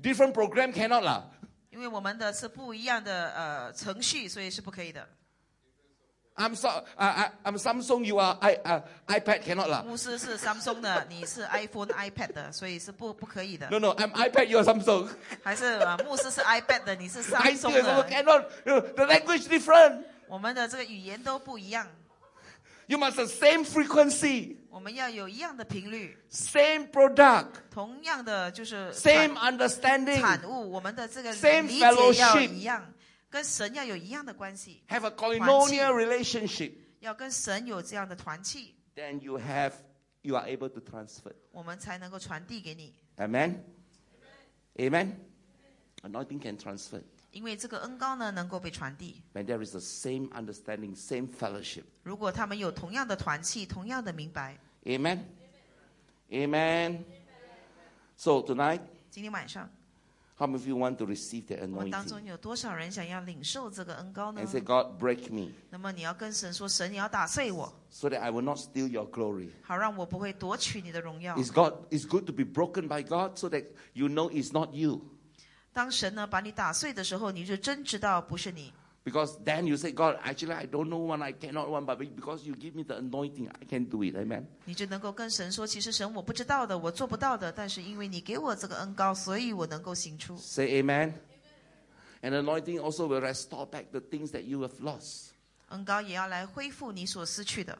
Speaker 1: Different program cannot. lah.
Speaker 2: 因为我们的是不一样的呃程序，所以是不可以的。
Speaker 1: I'm so, I, I, I'm Samsung. You are I, uh, iPad cannot. lah.
Speaker 2: 牧师是 Samsung 的，你是 iPhone、iPad 的，所以是不不可以的。
Speaker 1: No, no. I'm iPad. You are Samsung.
Speaker 2: 还是呃牧师是 iPad 的，你是
Speaker 1: I still
Speaker 2: Samsung lah. 的。”
Speaker 1: cannot. You know, the language different.
Speaker 2: 我们的这个语言都不一样，
Speaker 1: You must have same frequency,
Speaker 2: 我们要有一样的频率，
Speaker 1: same product,
Speaker 2: 同样的就是产
Speaker 1: same understanding.
Speaker 2: 产物，我们的这个
Speaker 1: Same
Speaker 2: 理解要
Speaker 1: fellowship
Speaker 2: 一样，跟神要有一样的关系，
Speaker 1: Have a koinonia relationship.
Speaker 2: 要跟神有这样的团契，
Speaker 1: Then you have, you are able to transfer.
Speaker 2: 我们才能够传递给你。
Speaker 1: Amen. Amen. Anointing can transfer
Speaker 2: 因为这个恩高呢，能够被传递。
Speaker 1: when there is the same understanding, same fellowship.
Speaker 2: 如果他们有同样的团契，同样的明白，
Speaker 1: Amen. Amen. So tonight,
Speaker 2: 今天晚上
Speaker 1: how many of you want to receive the
Speaker 2: 我们当
Speaker 1: anointing
Speaker 2: 中有多少人想要领受这个恩高呢
Speaker 1: and？say, God, break me
Speaker 2: 那么你要跟神说，神，你要打碎我，
Speaker 1: so that I will not steal your glory?
Speaker 2: 好让我不会夺取你的荣耀。
Speaker 1: It's God. It's good to be broken by God so that you know it's not you.
Speaker 2: 当神呢把你打碎的时候，你就真知道不是你，
Speaker 1: Because then you say, God, actually I don't know one, I cannot one, but because you give me the anointing, I can do it. Amen.
Speaker 2: 你就能够跟神说，其实神我不知道的，我做不到的，但是因为你给我这个恩高，所以我能够行出。
Speaker 1: Say amen. And anointing also will restore back the things that you have lost.
Speaker 2: 恩高也要来恢复你所失去的，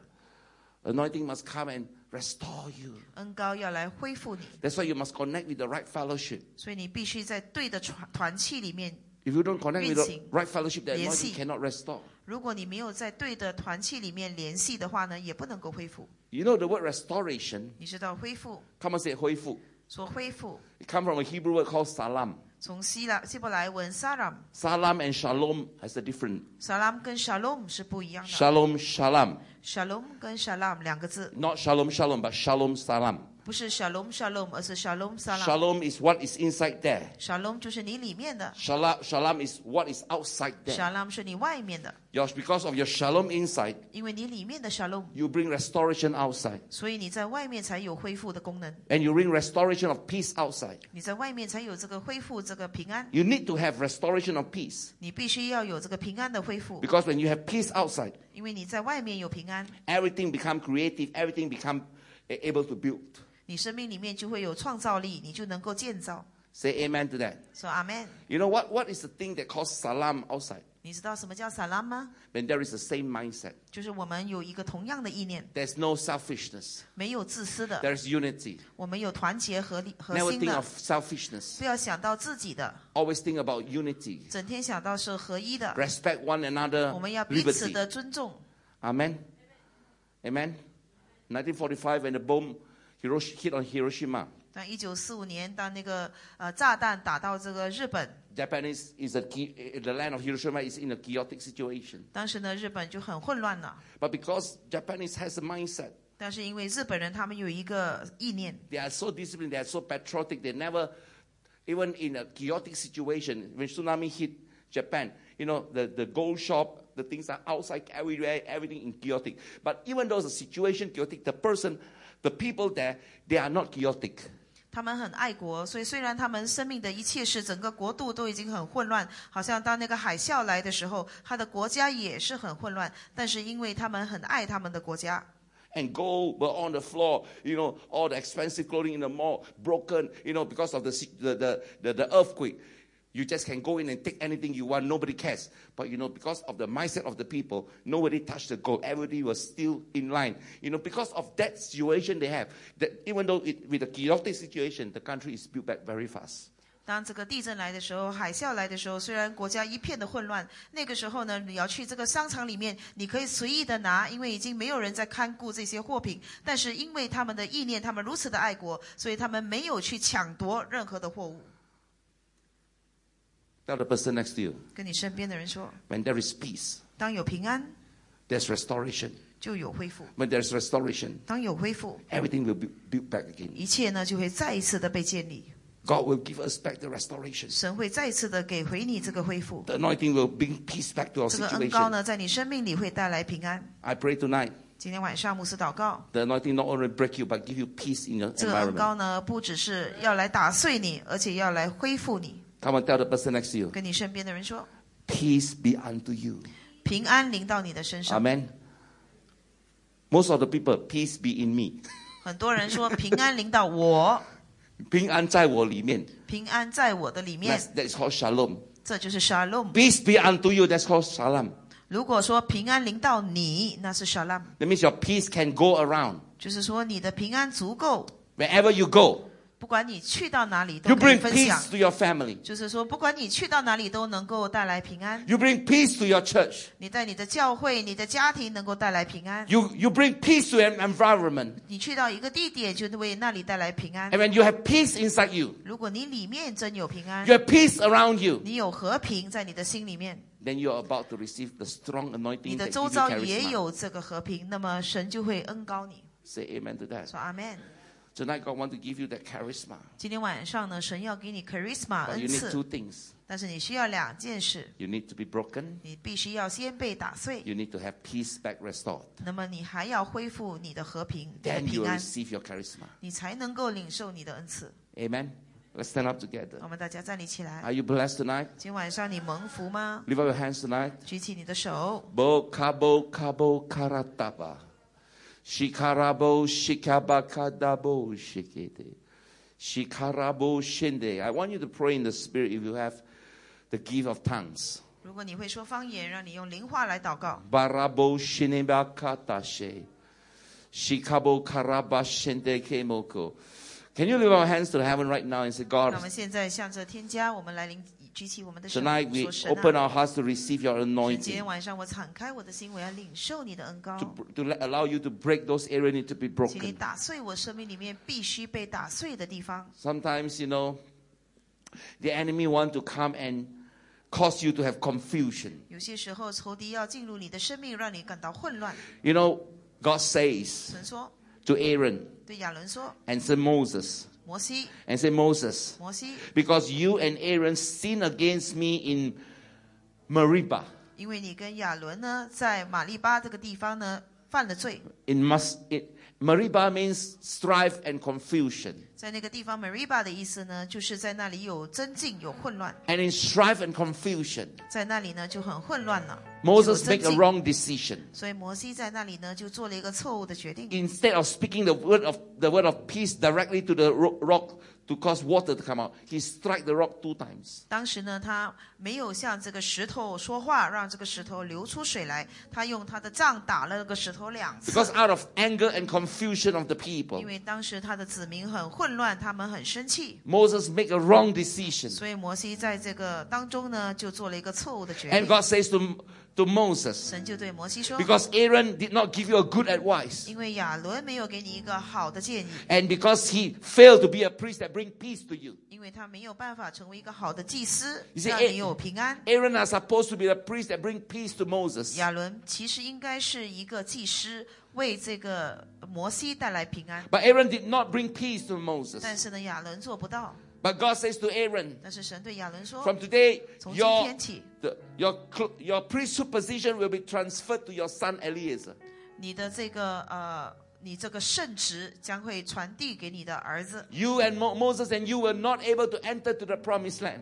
Speaker 1: Anointing must come and restore you.
Speaker 2: 恩高要来恢复你，
Speaker 1: That's why you must connect with the right fellowship.
Speaker 2: 所以你必须在对的团团契里面。
Speaker 1: If you don't connect with the
Speaker 2: 运行。
Speaker 1: right fellowship, the anointing
Speaker 2: 联系。
Speaker 1: cannot restore.
Speaker 2: 如果你没有在对的团契里面联系的话呢，也不能够恢复。
Speaker 1: You know the word restoration.
Speaker 2: 你知道恢复，
Speaker 1: Come and say hoifu.
Speaker 2: 说恢复，
Speaker 1: It comes from a Hebrew word called salam.
Speaker 2: 从希腊希伯来文 salam
Speaker 1: Salam and shalom has a different
Speaker 2: salam 跟 shalom 是不一样的
Speaker 1: Shalom, shalom.
Speaker 2: ，shalom 跟 salam 两个字
Speaker 1: Not shalom, shalom, but shalom, salam.
Speaker 2: 不是 shalom shalom，而是 shalom salam。
Speaker 1: Shalom is what is inside there.
Speaker 2: shalom 就是你里面的
Speaker 1: Shalom, shalom is what is outside there.
Speaker 2: ，shalom 是你外面的，
Speaker 1: Your- because of your shalom inside,
Speaker 2: 因为你里面的 shalom，
Speaker 1: you bring restoration outside.
Speaker 2: 所以你在外面才有恢复的功能，
Speaker 1: And you bring restoration of peace outside.
Speaker 2: 你在外面才有这个恢复这个平安。
Speaker 1: You need to have restoration of peace.
Speaker 2: 你必须要有这个平安的恢复，
Speaker 1: Because when you have peace outside,
Speaker 2: 因为你在外面有平安，
Speaker 1: everything become creative, everything become a- able to build.
Speaker 2: 你生命里面就会有创造力，你就能够建造。
Speaker 1: Say amen to that.
Speaker 2: 说阿 man，
Speaker 1: You know what? What is the thing that calls salam outside?
Speaker 2: 你知道什么叫 salam 吗？
Speaker 1: When there is the same mindset.
Speaker 2: 就是我们有一个同样的意念，
Speaker 1: There's no selfishness.
Speaker 2: 没有自私的，
Speaker 1: There's unity.
Speaker 2: 我们有团结合力核
Speaker 1: Never
Speaker 2: 心
Speaker 1: think
Speaker 2: 的
Speaker 1: of，selfishness.
Speaker 2: 不要想到自己的，
Speaker 1: Always think about unity.
Speaker 2: 整天想到是合一的。
Speaker 1: Respect one another.
Speaker 2: 我们要彼此
Speaker 1: Liberty.
Speaker 2: 的尊重。
Speaker 1: Amen. Amen. 1945, when the bomb Hirosh- hit on Hiroshima,
Speaker 2: 当一九四五年，当那个呃炸弹打到这个日本，
Speaker 1: Japanese is a key, eh, the land of Hiroshima is in a chaotic situation.
Speaker 2: 当时呢日本就很混乱了。
Speaker 1: But because Japanese has a mindset,
Speaker 2: 但是因为日本人他们有一个意念，
Speaker 1: they are so disciplined, they are so patriotic, they never, even in a chaotic situation, when tsunami hit Japan, you know, the, the gold shop, the things are outside everywhere, everything in chaotic. But even though the situation chaotic, the person, the people there, they are not chaotic.
Speaker 2: 他们很爱国，所以虽然他们生命的一切事，整个国度都已经很混乱，好像当那个海啸来的时候，他的国家也是很混乱。但是因为他们很爱他们的国家，
Speaker 1: and gold were on the floor. You know, all the expensive clothing in the mall broken. You know, because of the se- the the, the, the earthquake. You just can go in and take anything you want. Nobody cares. But you know, because of the mindset of the people, nobody touched the gold. Everybody was still in line. You know, because of that situation they have, that even though it, with the chaotic situation, the country is built back very fast.
Speaker 2: 当这个地震来的时候，海啸来的时候，虽然国家一片的混乱，那个时候呢，你要去这个商场里面，你可以随意的拿，因为已经没有人在看顾这些货品。但是因为他们的意念，他们如此的爱国，所以他们没有去抢夺任何的货物。
Speaker 1: Tell the person next to you,
Speaker 2: 跟你身边的人说，
Speaker 1: when there is peace,
Speaker 2: 当有平安，
Speaker 1: there's restoration.
Speaker 2: 就有恢复；
Speaker 1: When there's restoration,
Speaker 2: 当有恢复，
Speaker 1: everything will be built back again.
Speaker 2: 一切呢就会再一次的被建立。
Speaker 1: God will give us back the restoration.
Speaker 2: 神会再一次的给回你这个恢复，
Speaker 1: The anointing will bring peace back to our
Speaker 2: 这个恩高
Speaker 1: situation.
Speaker 2: 呢，在你生命里会带来平安。
Speaker 1: I pray tonight,
Speaker 2: 今天晚上牧师祷告，
Speaker 1: the anointing not only break you, but give you peace in your
Speaker 2: 这个恩
Speaker 1: environment.
Speaker 2: 高呢，不只是要来打碎你，而且要来恢复你。
Speaker 1: Come on, tell the person next to you,
Speaker 2: 跟你身边的人说，
Speaker 1: peace be unto you.
Speaker 2: 平安临到你的身上。
Speaker 1: Amen. Most of the people, peace be in me.
Speaker 2: 很多人说平安临到我，
Speaker 1: 平安在我里面.
Speaker 2: 平安在我的里
Speaker 1: That's,
Speaker 2: 面，
Speaker 1: that is called shalom.
Speaker 2: 这就是 shalom。
Speaker 1: Peace be unto you. That's called shalom.
Speaker 2: 如果说平安临到你，那是 shalom，
Speaker 1: That means your peace can go around.
Speaker 2: 就是说你的平安足够，
Speaker 1: Wherever you go,
Speaker 2: 不管你去到哪里都
Speaker 1: you
Speaker 2: 可以
Speaker 1: bring
Speaker 2: 分享
Speaker 1: peace。to your family.
Speaker 2: 就是说，不管你去到哪里都能够带来平安。
Speaker 1: You bring peace to your church.
Speaker 2: 你在你的教会、你的家庭能够带来平安。
Speaker 1: You, you bring peace to an environment.
Speaker 2: 你去到一个地点，就为那里带来平安
Speaker 1: And。when you have peace inside you,
Speaker 2: 如果你里面真有平安
Speaker 1: you，have peace around you,
Speaker 2: 你有和平在你的心里面，
Speaker 1: then you are about to receive the strong anointing
Speaker 2: 你的
Speaker 1: that
Speaker 2: 周
Speaker 1: gives
Speaker 2: 遭
Speaker 1: you
Speaker 2: 也
Speaker 1: charisma.
Speaker 2: 有这个和平，那么神就会恩高你。
Speaker 1: Say amen to that.
Speaker 2: 说阿 m
Speaker 1: Tonight, God wants to give you that charisma.
Speaker 2: 今天晚上呢，神要给你 charisma
Speaker 1: But
Speaker 2: 恩
Speaker 1: you need
Speaker 2: 赐，
Speaker 1: two things.
Speaker 2: 但是你需要两件事，
Speaker 1: You need to be broken.
Speaker 2: 你必须要先被打碎，
Speaker 1: You need to have peace back restored.
Speaker 2: 那么你还要恢复你的和平、你的
Speaker 1: Then you
Speaker 2: 平
Speaker 1: will
Speaker 2: 安，
Speaker 1: receive your charisma.
Speaker 2: 你才能够领受你的恩赐。
Speaker 1: Amen. Let's stand up together.
Speaker 2: 我们大家站立起来。
Speaker 1: Are you blessed tonight?
Speaker 2: 今晚上你蒙福吗？
Speaker 1: Lift up your hands tonight.
Speaker 2: 举起你的手，
Speaker 1: Bo kabo kabo karataba. Shikarabo shikaba kadabo shikete. Shikarabo shinde. I want you to pray in the spirit if you have the gift of tongues.
Speaker 2: 如果你会说方言，让你用灵话来祷告。
Speaker 1: Barabo shineba katashe. Shikabo karaba shinde kemoko. Can you lift our hands to heaven right now and say,
Speaker 2: 那
Speaker 1: God,
Speaker 2: 我们现在向着天家，我们来领举起我们的手，
Speaker 1: tonight we
Speaker 2: 说神
Speaker 1: open
Speaker 2: 啊，
Speaker 1: our hearts to receive your
Speaker 2: 神今
Speaker 1: anointing.
Speaker 2: 天晚上我敞开我的心，我要领受你的恩膏
Speaker 1: to,，to let- allow you to break those areas need to be
Speaker 2: 请你
Speaker 1: broken.
Speaker 2: 打碎我生命里面必须被打碎的地方。
Speaker 1: Sometimes you know the enemy want to come and cause you to have confusion.
Speaker 2: 有些时候仇敌要进入你的生命，让你感到混乱。
Speaker 1: You know God says
Speaker 2: 神说
Speaker 1: to Aaron
Speaker 2: 对亚伦说
Speaker 1: and say Moses：“
Speaker 2: 摩西，
Speaker 1: and say Moses
Speaker 2: 摩西，
Speaker 1: because you and Aaron sinned against me in Meribah
Speaker 2: 因为你跟亚伦呢，在玛利巴这个地方呢犯了罪，
Speaker 1: in Mas it, Meribah means strife and confusion.
Speaker 2: 在那个地方 Mariba 的意思呢，就是在那里有增进，有混乱，
Speaker 1: And in strife and confusion,
Speaker 2: 在那里呢就很混乱了。
Speaker 1: Moses
Speaker 2: 就有
Speaker 1: make
Speaker 2: 增
Speaker 1: a
Speaker 2: 进
Speaker 1: wrong decision.
Speaker 2: 所以摩西在那里呢就做了一个错误的决定，
Speaker 1: instead of speaking the word of the word of peace directly to the ro- rock to cause water to come out, he struck the rock two times.
Speaker 2: 当时呢他没有向这个石头说话，让这个石头流出水来，他用他的杖打了那个石头两次。
Speaker 1: Because out of anger and confusion of the
Speaker 2: 因
Speaker 1: people,
Speaker 2: 为当时他的子民很混乱，他们很生气，
Speaker 1: Moses make a wrong decision.
Speaker 2: 所以摩西在这个当中呢，就做了一个错误的决
Speaker 1: And
Speaker 2: 定。
Speaker 1: God says to, to Moses,
Speaker 2: 神就对摩西说
Speaker 1: because Aaron did not give you a good advice,
Speaker 2: 因为亚伦没有给你一个好的建议，
Speaker 1: and because he failed to be a priest that bring peace to you.
Speaker 2: 因为他没有办法成为一个好的祭司，
Speaker 1: You see,
Speaker 2: 让
Speaker 1: it-
Speaker 2: 你有平安。
Speaker 1: Aaron are supposed to be the priest that bring peace to Moses.
Speaker 2: 亚伦其实应该是一个祭司，为这个摩西带来平安。
Speaker 1: But Aaron did not bring peace to
Speaker 2: 但
Speaker 1: Moses.
Speaker 2: 是呢，亚伦做不到。
Speaker 1: But God says to Aaron,
Speaker 2: 但是神对亚伦说
Speaker 1: From today,：“
Speaker 2: 从今
Speaker 1: your
Speaker 2: 天起，
Speaker 1: The, your, cl- your priesthood position will be transferred to your son Eliezer.
Speaker 2: 你的这个呃，你这个圣职将会传递给你的儿子。
Speaker 1: You and Mo- Moses and you were not able to enter to the promised land. ”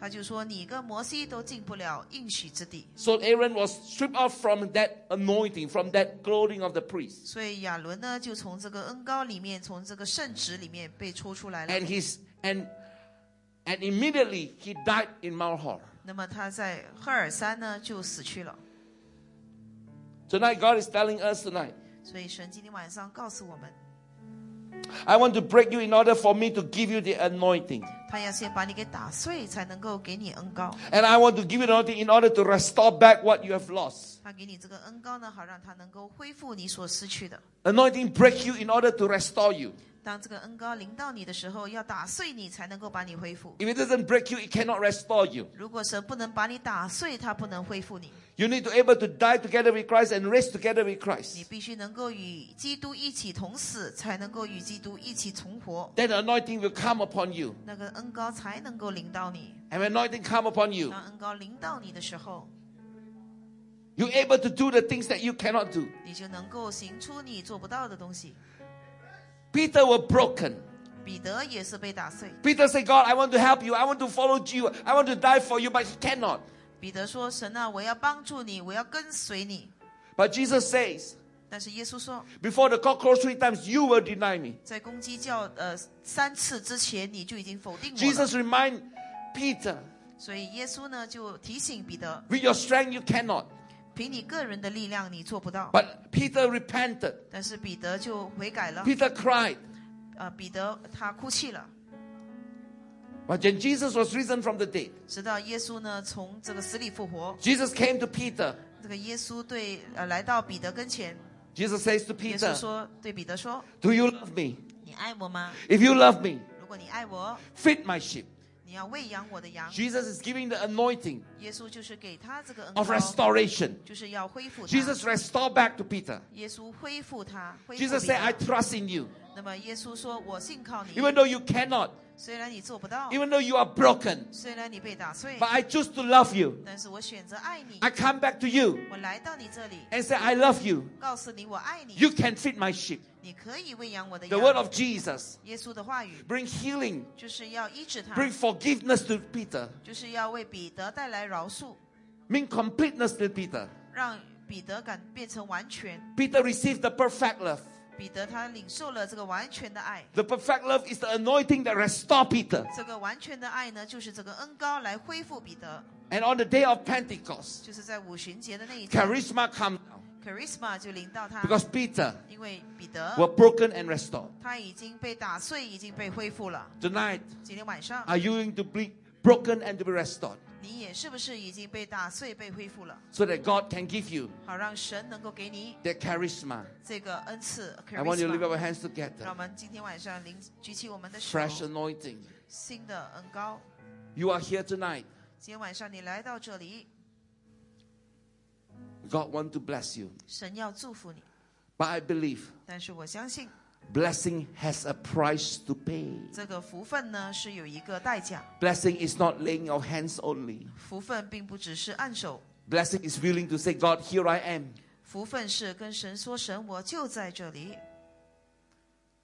Speaker 2: 他就说：“你跟摩西都进不了应许之地。
Speaker 1: So Aaron was stripped off from that anointing, from that clothing of the priest. ”
Speaker 2: 所以亚伦呢，就从这个恩高里面，从这个圣职里面被抽出来
Speaker 1: And
Speaker 2: 了。
Speaker 1: his and and immediately he died in Mount Hor.
Speaker 2: 那么他在赫尔山呢，就死去了。
Speaker 1: Tonight God is telling us tonight.
Speaker 2: 所以神今天晚上告诉我们，
Speaker 1: I want to break you in order for me to give you the anointing.
Speaker 2: 他要先把你给打碎，才能够给你恩高。
Speaker 1: And I want to give you the anointing in order to restore back what you have lost.
Speaker 2: 他给你这个恩高呢，好让他能够恢复你所失去的。
Speaker 1: Anointing break you in order to restore you.
Speaker 2: 当这个恩高临到你的时候，要打碎你才能够把你恢复。
Speaker 1: If it doesn't break you, it cannot restore you.
Speaker 2: 如果神不能把你打碎，他不能恢复你。
Speaker 1: You need to be able to die together with Christ and raise together with
Speaker 2: 你
Speaker 1: Christ.
Speaker 2: 必须能够与基督一起同死，才能够与基督一起重活，
Speaker 1: Then the anointing will come upon you.
Speaker 2: 那个恩高才能够临到你。
Speaker 1: And when anointing come upon you,
Speaker 2: 当恩高临到你的时候，
Speaker 1: you're able to do the things that you cannot do.
Speaker 2: 你就能够行出你做不到的东西。
Speaker 1: Peter were broken.
Speaker 2: 彼得也是被打碎。
Speaker 1: Peter said, God, I want to help you. I want to follow you. I want to die for you, but he cannot.
Speaker 2: 彼得说：“神啊，我要帮助你，我要跟随你。
Speaker 1: But Jesus says, ”
Speaker 2: 但是耶稣说，
Speaker 1: before the cock crows three times, you will deny me.
Speaker 2: 在公鸡叫呃三次之前，你就已经否定我了。
Speaker 1: Jesus remind Peter,
Speaker 2: 所以耶稣呢就提醒彼得，
Speaker 1: with your strength you cannot.
Speaker 2: 凭你个人的力量你做不到。
Speaker 1: But Peter repented.
Speaker 2: 但是彼得就悔改了，
Speaker 1: Peter cried.
Speaker 2: 呃，彼得他哭泣了，
Speaker 1: But when Jesus was risen from the dead,
Speaker 2: 直到耶稣呢从这个死里复活。
Speaker 1: Jesus came to Peter.
Speaker 2: 这个耶稣对呃来到彼得跟前，
Speaker 1: Jesus says to
Speaker 2: 耶
Speaker 1: Peter,
Speaker 2: 稣说对彼得说
Speaker 1: Do you love me?：“
Speaker 2: 你爱我吗？
Speaker 1: If you love me,
Speaker 2: 如果你爱我，
Speaker 1: feed my sheep.
Speaker 2: 你要喂养我的羊。
Speaker 1: Jesus is giving the anointing ”
Speaker 2: 耶稣就是给他这个恩
Speaker 1: of
Speaker 2: 膏，
Speaker 1: restoration.
Speaker 2: 就是要恢复他。
Speaker 1: Jesus restored back to Peter.
Speaker 2: 耶稣恢复他，恢复
Speaker 1: Jesus
Speaker 2: 彼
Speaker 1: said, I
Speaker 2: 得。
Speaker 1: trust in you.
Speaker 2: 那么耶稣说：“我信靠你，
Speaker 1: Even though you cannot,
Speaker 2: 虽然你做不到，
Speaker 1: even though you are broken,
Speaker 2: 虽然你被打碎
Speaker 1: but，I choose to love you.
Speaker 2: 但是我选择爱你。
Speaker 1: I come back to you
Speaker 2: 我来到你这里，
Speaker 1: and say, I love you.
Speaker 2: 告诉你我爱你，
Speaker 1: You can feed my sheep.
Speaker 2: 你可以喂养我的
Speaker 1: The word
Speaker 2: 羊。
Speaker 1: of Jesus
Speaker 2: 耶稣的话语
Speaker 1: bring healing,
Speaker 2: 就是要医治他，
Speaker 1: bring forgiveness to Peter,
Speaker 2: 就是要为彼得带来饶恕，
Speaker 1: bring completeness to Peter.
Speaker 2: 让彼得感变成完全。
Speaker 1: Peter received the perfect love.
Speaker 2: 彼得他领受了这个完全的爱，
Speaker 1: The perfect love is the anointing that restore Peter.
Speaker 2: 这个完全的爱呢，就是这个恩高来恢复彼得，
Speaker 1: And on the day of Pentecost,
Speaker 2: 就是在五旬节的那一天
Speaker 1: charisma come down
Speaker 2: ，charisma 就临到他，
Speaker 1: because Peter
Speaker 2: 因为彼得
Speaker 1: were broken and restored.
Speaker 2: 他已经被打碎，已经被恢复了。
Speaker 1: Tonight,
Speaker 2: 今天晚上
Speaker 1: are you going to be broken and to be restored
Speaker 2: 你也是不是已经被打碎、被恢复了？
Speaker 1: so that God can give you
Speaker 2: 好让神能够给你
Speaker 1: that charisma?
Speaker 2: 这个恩赐
Speaker 1: I want you to lift
Speaker 2: charisma。
Speaker 1: our hands
Speaker 2: 让
Speaker 1: together.
Speaker 2: 我们今天晚上领举起我们的手，
Speaker 1: Fresh anointing.
Speaker 2: 新的恩高。
Speaker 1: You are here tonight.
Speaker 2: 今天晚上你来到这里，
Speaker 1: God want to bless you.
Speaker 2: 神要祝福你。
Speaker 1: But I believe
Speaker 2: 但是我相信
Speaker 1: blessing has a price to pay.
Speaker 2: 这个福分呢是有一个代价，
Speaker 1: Blessing is not laying of hands only.
Speaker 2: 福分并不只是按手，
Speaker 1: Blessing is willing to say, God, here I am.
Speaker 2: 福分是跟神说：“神，我就在这里，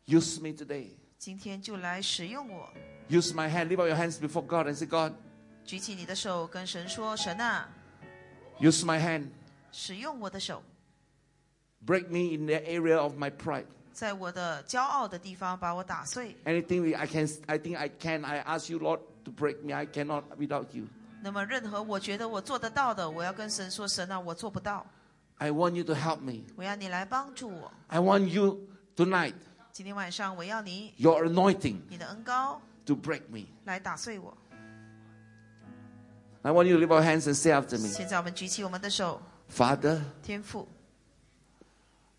Speaker 1: Use me today.
Speaker 2: 今天就来使用我。
Speaker 1: Use my hand. Lift up your hands before God and say, God, ”
Speaker 2: 举起你的手，跟神说：“神啊，
Speaker 1: use my hand.
Speaker 2: 使用我的手，
Speaker 1: Break me in the area of my pride.
Speaker 2: 在我的骄傲的地方把我打碎。
Speaker 1: Anything we- I can, I think I can. I ask you, Lord, to break me. I cannot without you.
Speaker 2: 那么任何我觉得我做得到的，我要跟神说：神啊，我做不到，
Speaker 1: I want you to help me.
Speaker 2: 我要你来帮助我。
Speaker 1: I want you tonight,
Speaker 2: 今天晚上我要你
Speaker 1: your anointing,
Speaker 2: 你的恩高
Speaker 1: to break me.
Speaker 2: 来打碎我。
Speaker 1: I want you to lift our hands and say after me,
Speaker 2: 现在我们举起我们的手，
Speaker 1: Father,
Speaker 2: 天父，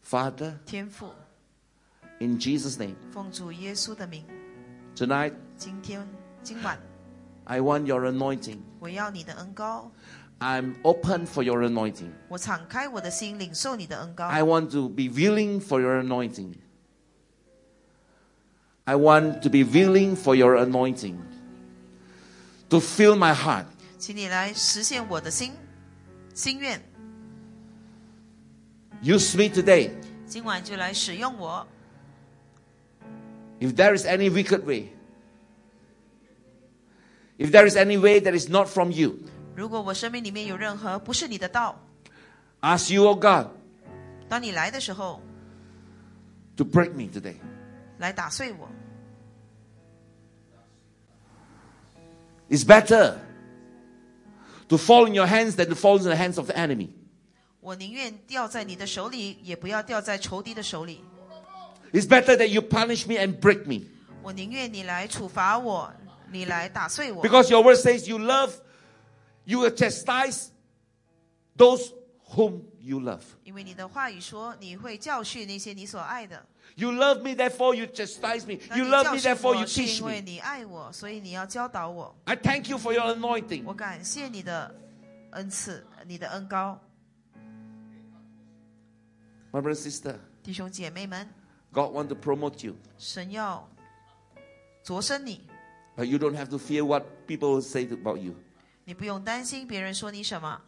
Speaker 1: Father,
Speaker 2: 天父，
Speaker 1: in Jesus' name.
Speaker 2: 奉主耶稣的名，
Speaker 1: Tonight,
Speaker 2: 今天今晚
Speaker 1: I want your anointing.
Speaker 2: 我要你的恩高，
Speaker 1: I'm open for your anointing.
Speaker 2: 我敞开我的心领受你的恩高，
Speaker 1: I want to be willing for your anointing. I want to be willing for your anointing to fill my heart.
Speaker 2: 请你来实现我的心心愿。
Speaker 1: Use me today.
Speaker 2: 今晚就来使用我，
Speaker 1: If there is any wicked way, If there is any way that is not from you,
Speaker 2: 如果我生命里面有任何不是你的道，
Speaker 1: ask you, oh God,
Speaker 2: 当你来的时候，
Speaker 1: to break me today.
Speaker 2: 来打碎我，
Speaker 1: It's better to fall in your hands than to fall in the hands of the enemy.
Speaker 2: 我宁愿掉在你的手里，也不要掉在仇敌的手里。
Speaker 1: It's better that you punish me and break me.
Speaker 2: 我宁愿你来处罚我，你来打碎我，
Speaker 1: Because your word says you love, you will chastise those whom you love.
Speaker 2: 因为你的话语说你会教训那些你所爱的。
Speaker 1: You love me, therefore you chastise me.
Speaker 2: 当
Speaker 1: You
Speaker 2: 你
Speaker 1: love
Speaker 2: 教
Speaker 1: me,
Speaker 2: 训
Speaker 1: therefore you
Speaker 2: 我是
Speaker 1: teach
Speaker 2: 因为
Speaker 1: me.
Speaker 2: 你爱我，所以你要教导我。
Speaker 1: I thank you for your anointing.
Speaker 2: 我感谢你的恩赐，你的恩高，
Speaker 1: My brother and sister,
Speaker 2: 弟兄姐妹们，
Speaker 1: God want to promote you.
Speaker 2: 神要擢升你，
Speaker 1: But you don't have to fear what people will say about you.
Speaker 2: 你不用担心别人说你什么。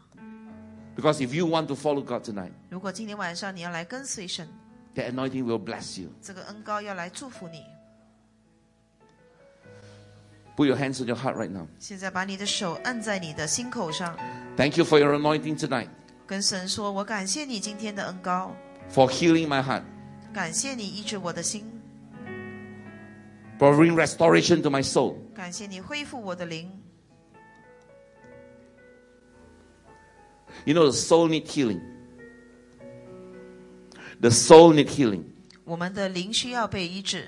Speaker 1: Because if you want to follow God tonight,
Speaker 2: 如果今天晚上你要来跟随神，
Speaker 1: the anointing will bless you.
Speaker 2: 这个恩高要来祝福你。
Speaker 1: Put your hands on your heart right now.
Speaker 2: 现在把你的手按在你的心口上，
Speaker 1: Thank you for your anointing tonight,
Speaker 2: 跟神说：“我感谢你今天的恩高，
Speaker 1: for healing my heart,
Speaker 2: 感谢你医治我的心，
Speaker 1: for bringing restoration to my soul.
Speaker 2: 感谢你恢复我的灵。
Speaker 1: You know, the soul need healing. The soul need healing.
Speaker 2: 我们的灵需要被医治。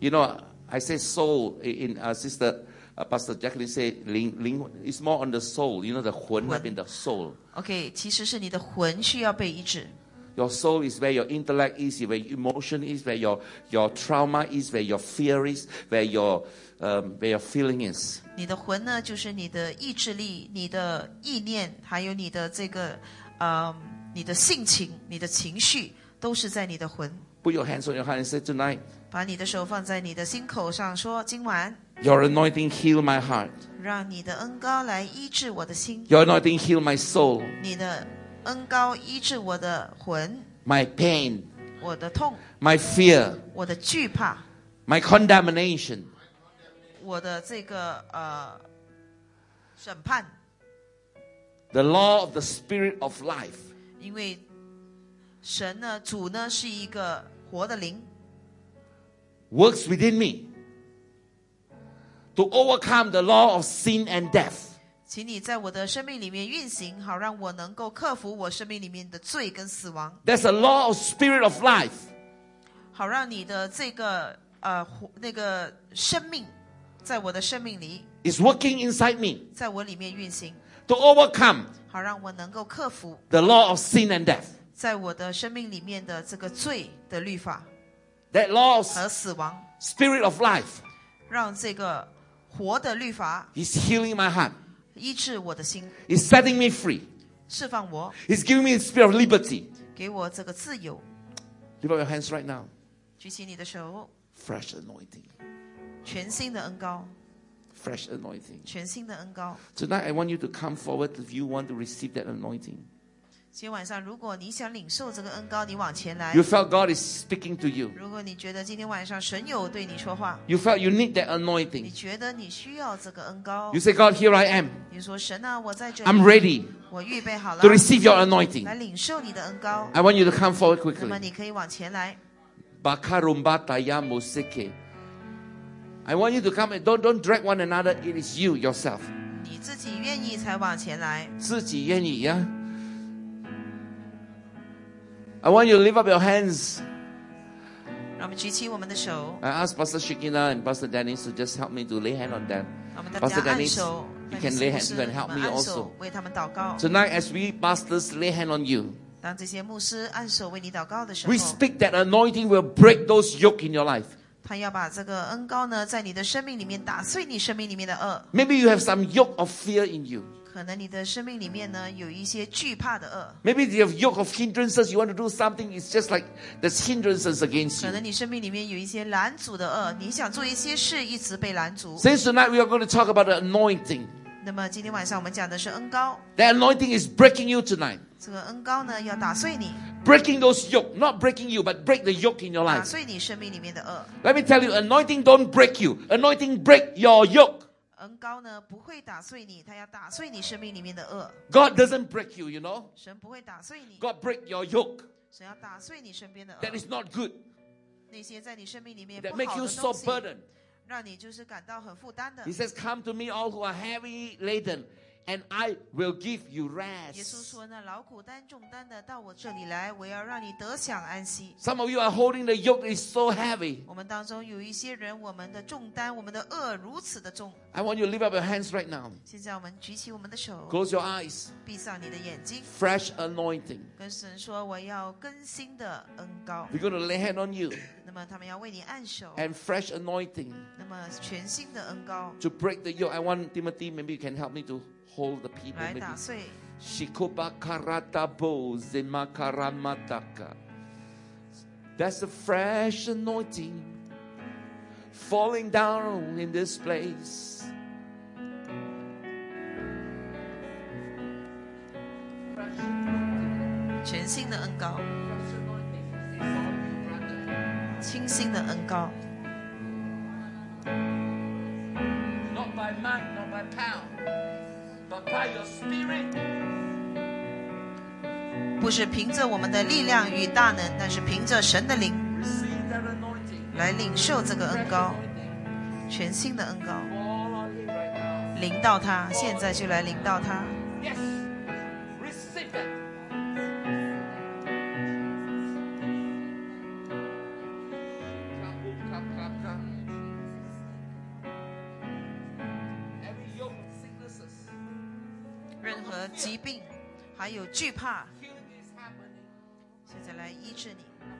Speaker 1: You know, I say soul in in, uh, Sister uh, Pastor Jacqueline say ling, ling, it's more on the soul. You know, the huan
Speaker 2: Huan.
Speaker 1: in the soul.
Speaker 2: OK，其实是你的魂需要被医治。
Speaker 1: Your soul is where your intellect is, where your emotion is, where your, your trauma is, where your fear is, where your, um, where your feeling is.
Speaker 2: 你的魂呢，就是你的意志力、你的意念，还有你的这个，呃，你的性情、你的情绪，都是在你的魂。
Speaker 1: Put your hands on your heart and say, Tonight,
Speaker 2: 把你的手放在你的心口上，说：今晚
Speaker 1: your anointing heal my heart.
Speaker 2: 让你的恩高来医治我的心，
Speaker 1: Your anointing heal my soul,
Speaker 2: 你的恩高医治我的魂，
Speaker 1: my pain,
Speaker 2: 我的痛，
Speaker 1: my fear,
Speaker 2: 我的惧怕，
Speaker 1: my condemnation.
Speaker 2: 我的这个呃审判，
Speaker 1: The law of the spirit of life.
Speaker 2: 因为神呢，主呢是一个活的灵，
Speaker 1: works within me to overcome the law of sin and death.
Speaker 2: 请你在我的生命里面运行，好让我能够克服我生命里面的罪跟死亡，
Speaker 1: There's a law of spirit of life
Speaker 2: 好让你的这个呃活那个生命，在我的生命里，
Speaker 1: is working inside me
Speaker 2: 在我里面运行，
Speaker 1: to overcome
Speaker 2: 好让我能够克服
Speaker 1: the law of sin and death.
Speaker 2: 在我的生命里面的这个罪的律法
Speaker 1: That law of s-
Speaker 2: 和死亡，
Speaker 1: spirit of life
Speaker 2: 让这个活的律法
Speaker 1: is healing my heart,
Speaker 2: 医治我的心，
Speaker 1: is setting me free,
Speaker 2: 释放我，
Speaker 1: is giving me the spirit of liberty.
Speaker 2: 给我这个自由。
Speaker 1: Lift up your hands right now.
Speaker 2: 举起你的手，
Speaker 1: Fresh anointing.
Speaker 2: 全新的恩高，
Speaker 1: Fresh anointing.
Speaker 2: 全新的恩高。
Speaker 1: Tonight, I want you to come forward if you want to receive that anointing.
Speaker 2: 今天晚上，如果你想领受这个恩高，你往前来
Speaker 1: You。felt God is speaking to you.
Speaker 2: 如果你觉得今天晚上神有对你说话，
Speaker 1: You felt you need that
Speaker 2: 你
Speaker 1: anointing.
Speaker 2: 觉得你需要这个恩高
Speaker 1: You，say, God, here I am.
Speaker 2: 你说神啊，我在这
Speaker 1: I'm
Speaker 2: 里，
Speaker 1: ready
Speaker 2: 我预备好了
Speaker 1: to，receive your anointing.
Speaker 2: 来领受你的恩高。
Speaker 1: I want you to come forward
Speaker 2: 那么
Speaker 1: quickly.
Speaker 2: 你可以往前来，
Speaker 1: Bakarumbataya musike. I want you to come and don't, don't drag one another. It is you yourself.
Speaker 2: 你自己愿意才往前来。
Speaker 1: 自己愿意, yeah? I want you to lift up your hands.
Speaker 2: 让我们举起我们的手，
Speaker 1: I asked Pastor Shekina and Pastor Dennis to just help me to lay hand on them.
Speaker 2: 让我们大
Speaker 1: Pastor
Speaker 2: 家按
Speaker 1: Dennis,
Speaker 2: 手
Speaker 1: you
Speaker 2: 为
Speaker 1: can
Speaker 2: 你
Speaker 1: lay
Speaker 2: 们
Speaker 1: hand,
Speaker 2: 服
Speaker 1: you
Speaker 2: 侍
Speaker 1: can
Speaker 2: 我
Speaker 1: help
Speaker 2: 们
Speaker 1: me
Speaker 2: 按手
Speaker 1: also.
Speaker 2: 为他们祷告。
Speaker 1: Tonight, as we pastors lay hand on you,
Speaker 2: 当这些牧师按手为你祷告的时
Speaker 1: we
Speaker 2: 候，
Speaker 1: speak that anointing will break those yoke in your life.
Speaker 2: 他要把这个恩高呢，在你的生命里面打碎你生命里面的恶。
Speaker 1: Maybe you have some yoke of fear in you.
Speaker 2: 可能你的生命里面呢，有一些惧怕的恶，
Speaker 1: Maybe you have yoke of hindrances. You want to do something. It's just like there's hindrances against
Speaker 2: 可
Speaker 1: you.
Speaker 2: 能你生命里面有一些拦阻的恶，你想做一些事，一直被拦阻。
Speaker 1: Since tonight we are going to talk about the anointing.
Speaker 2: 那么今天晚上我们讲的是恩高，
Speaker 1: The anointing is breaking you tonight.
Speaker 2: 这个恩高呢，要打碎你，
Speaker 1: Breaking those yoke. Not breaking you, but break the yoke in your
Speaker 2: 打
Speaker 1: life.
Speaker 2: 碎你生命里面的恶。
Speaker 1: Let me tell you, anointing don't break you. Anointing break your yoke.
Speaker 2: 恩高呢不会打碎你，他要打碎你生命里面的恶。
Speaker 1: God doesn't break you, you know.
Speaker 2: 神不会打碎你，
Speaker 1: God break your yoke.
Speaker 2: 神要打碎你身边的恶，
Speaker 1: That is not good.
Speaker 2: 那些在你生命里面不
Speaker 1: That
Speaker 2: 好
Speaker 1: make you
Speaker 2: 的
Speaker 1: so
Speaker 2: 东西，
Speaker 1: burdened.
Speaker 2: 让你就是感到很负担的
Speaker 1: He。says, Come to me, all who are heavy laden, and I will give you
Speaker 2: 耶稣
Speaker 1: rest.
Speaker 2: 说：“那劳苦担重担的，到我这里来，我要让你得享安息。
Speaker 1: Some of you are holding the yoke that is so heavy. ”
Speaker 2: 我们当中有一些人，我们的重担，我们的恶如此的重。
Speaker 1: I want you to lift up your hands right now.
Speaker 2: 现在我们举起我们的手，
Speaker 1: Close your eyes.
Speaker 2: 闭上你的眼睛，
Speaker 1: Fresh anointing.
Speaker 2: 跟神说：“我要更新的恩高。
Speaker 1: We're going to lay hand on you ”
Speaker 2: 那么他们要为你按手，
Speaker 1: and fresh anointing
Speaker 2: 那么全新的恩高
Speaker 1: to break the yoke. I want Timothy, maybe you can help me to hold the people.
Speaker 2: 来
Speaker 1: Maybe.
Speaker 2: 打碎
Speaker 1: Shikoba karatabo zemakaramataka. That's the fresh anointing falling down in this place. Fresh anointing,
Speaker 2: 全新的恩高，
Speaker 1: fresh anointing is on you, brother.
Speaker 2: 清新的恩高，
Speaker 1: not by might, not by power, but by your spirit.
Speaker 2: 不是凭着我们的力量与大能，但是凭着神的灵
Speaker 1: Receive that anointing.
Speaker 2: 来领受这个恩
Speaker 1: Fresh
Speaker 2: 高，
Speaker 1: anointing.
Speaker 2: 全新的恩高。
Speaker 1: Fall on him right now.
Speaker 2: 领到他，现在就来领到他，
Speaker 1: Yes. Receive that. Kapu, kap, kap, kap. Every yoke of sicknesses,
Speaker 2: 任何疾病，还有惧怕，
Speaker 1: healing is happening.
Speaker 2: 现在来医治你。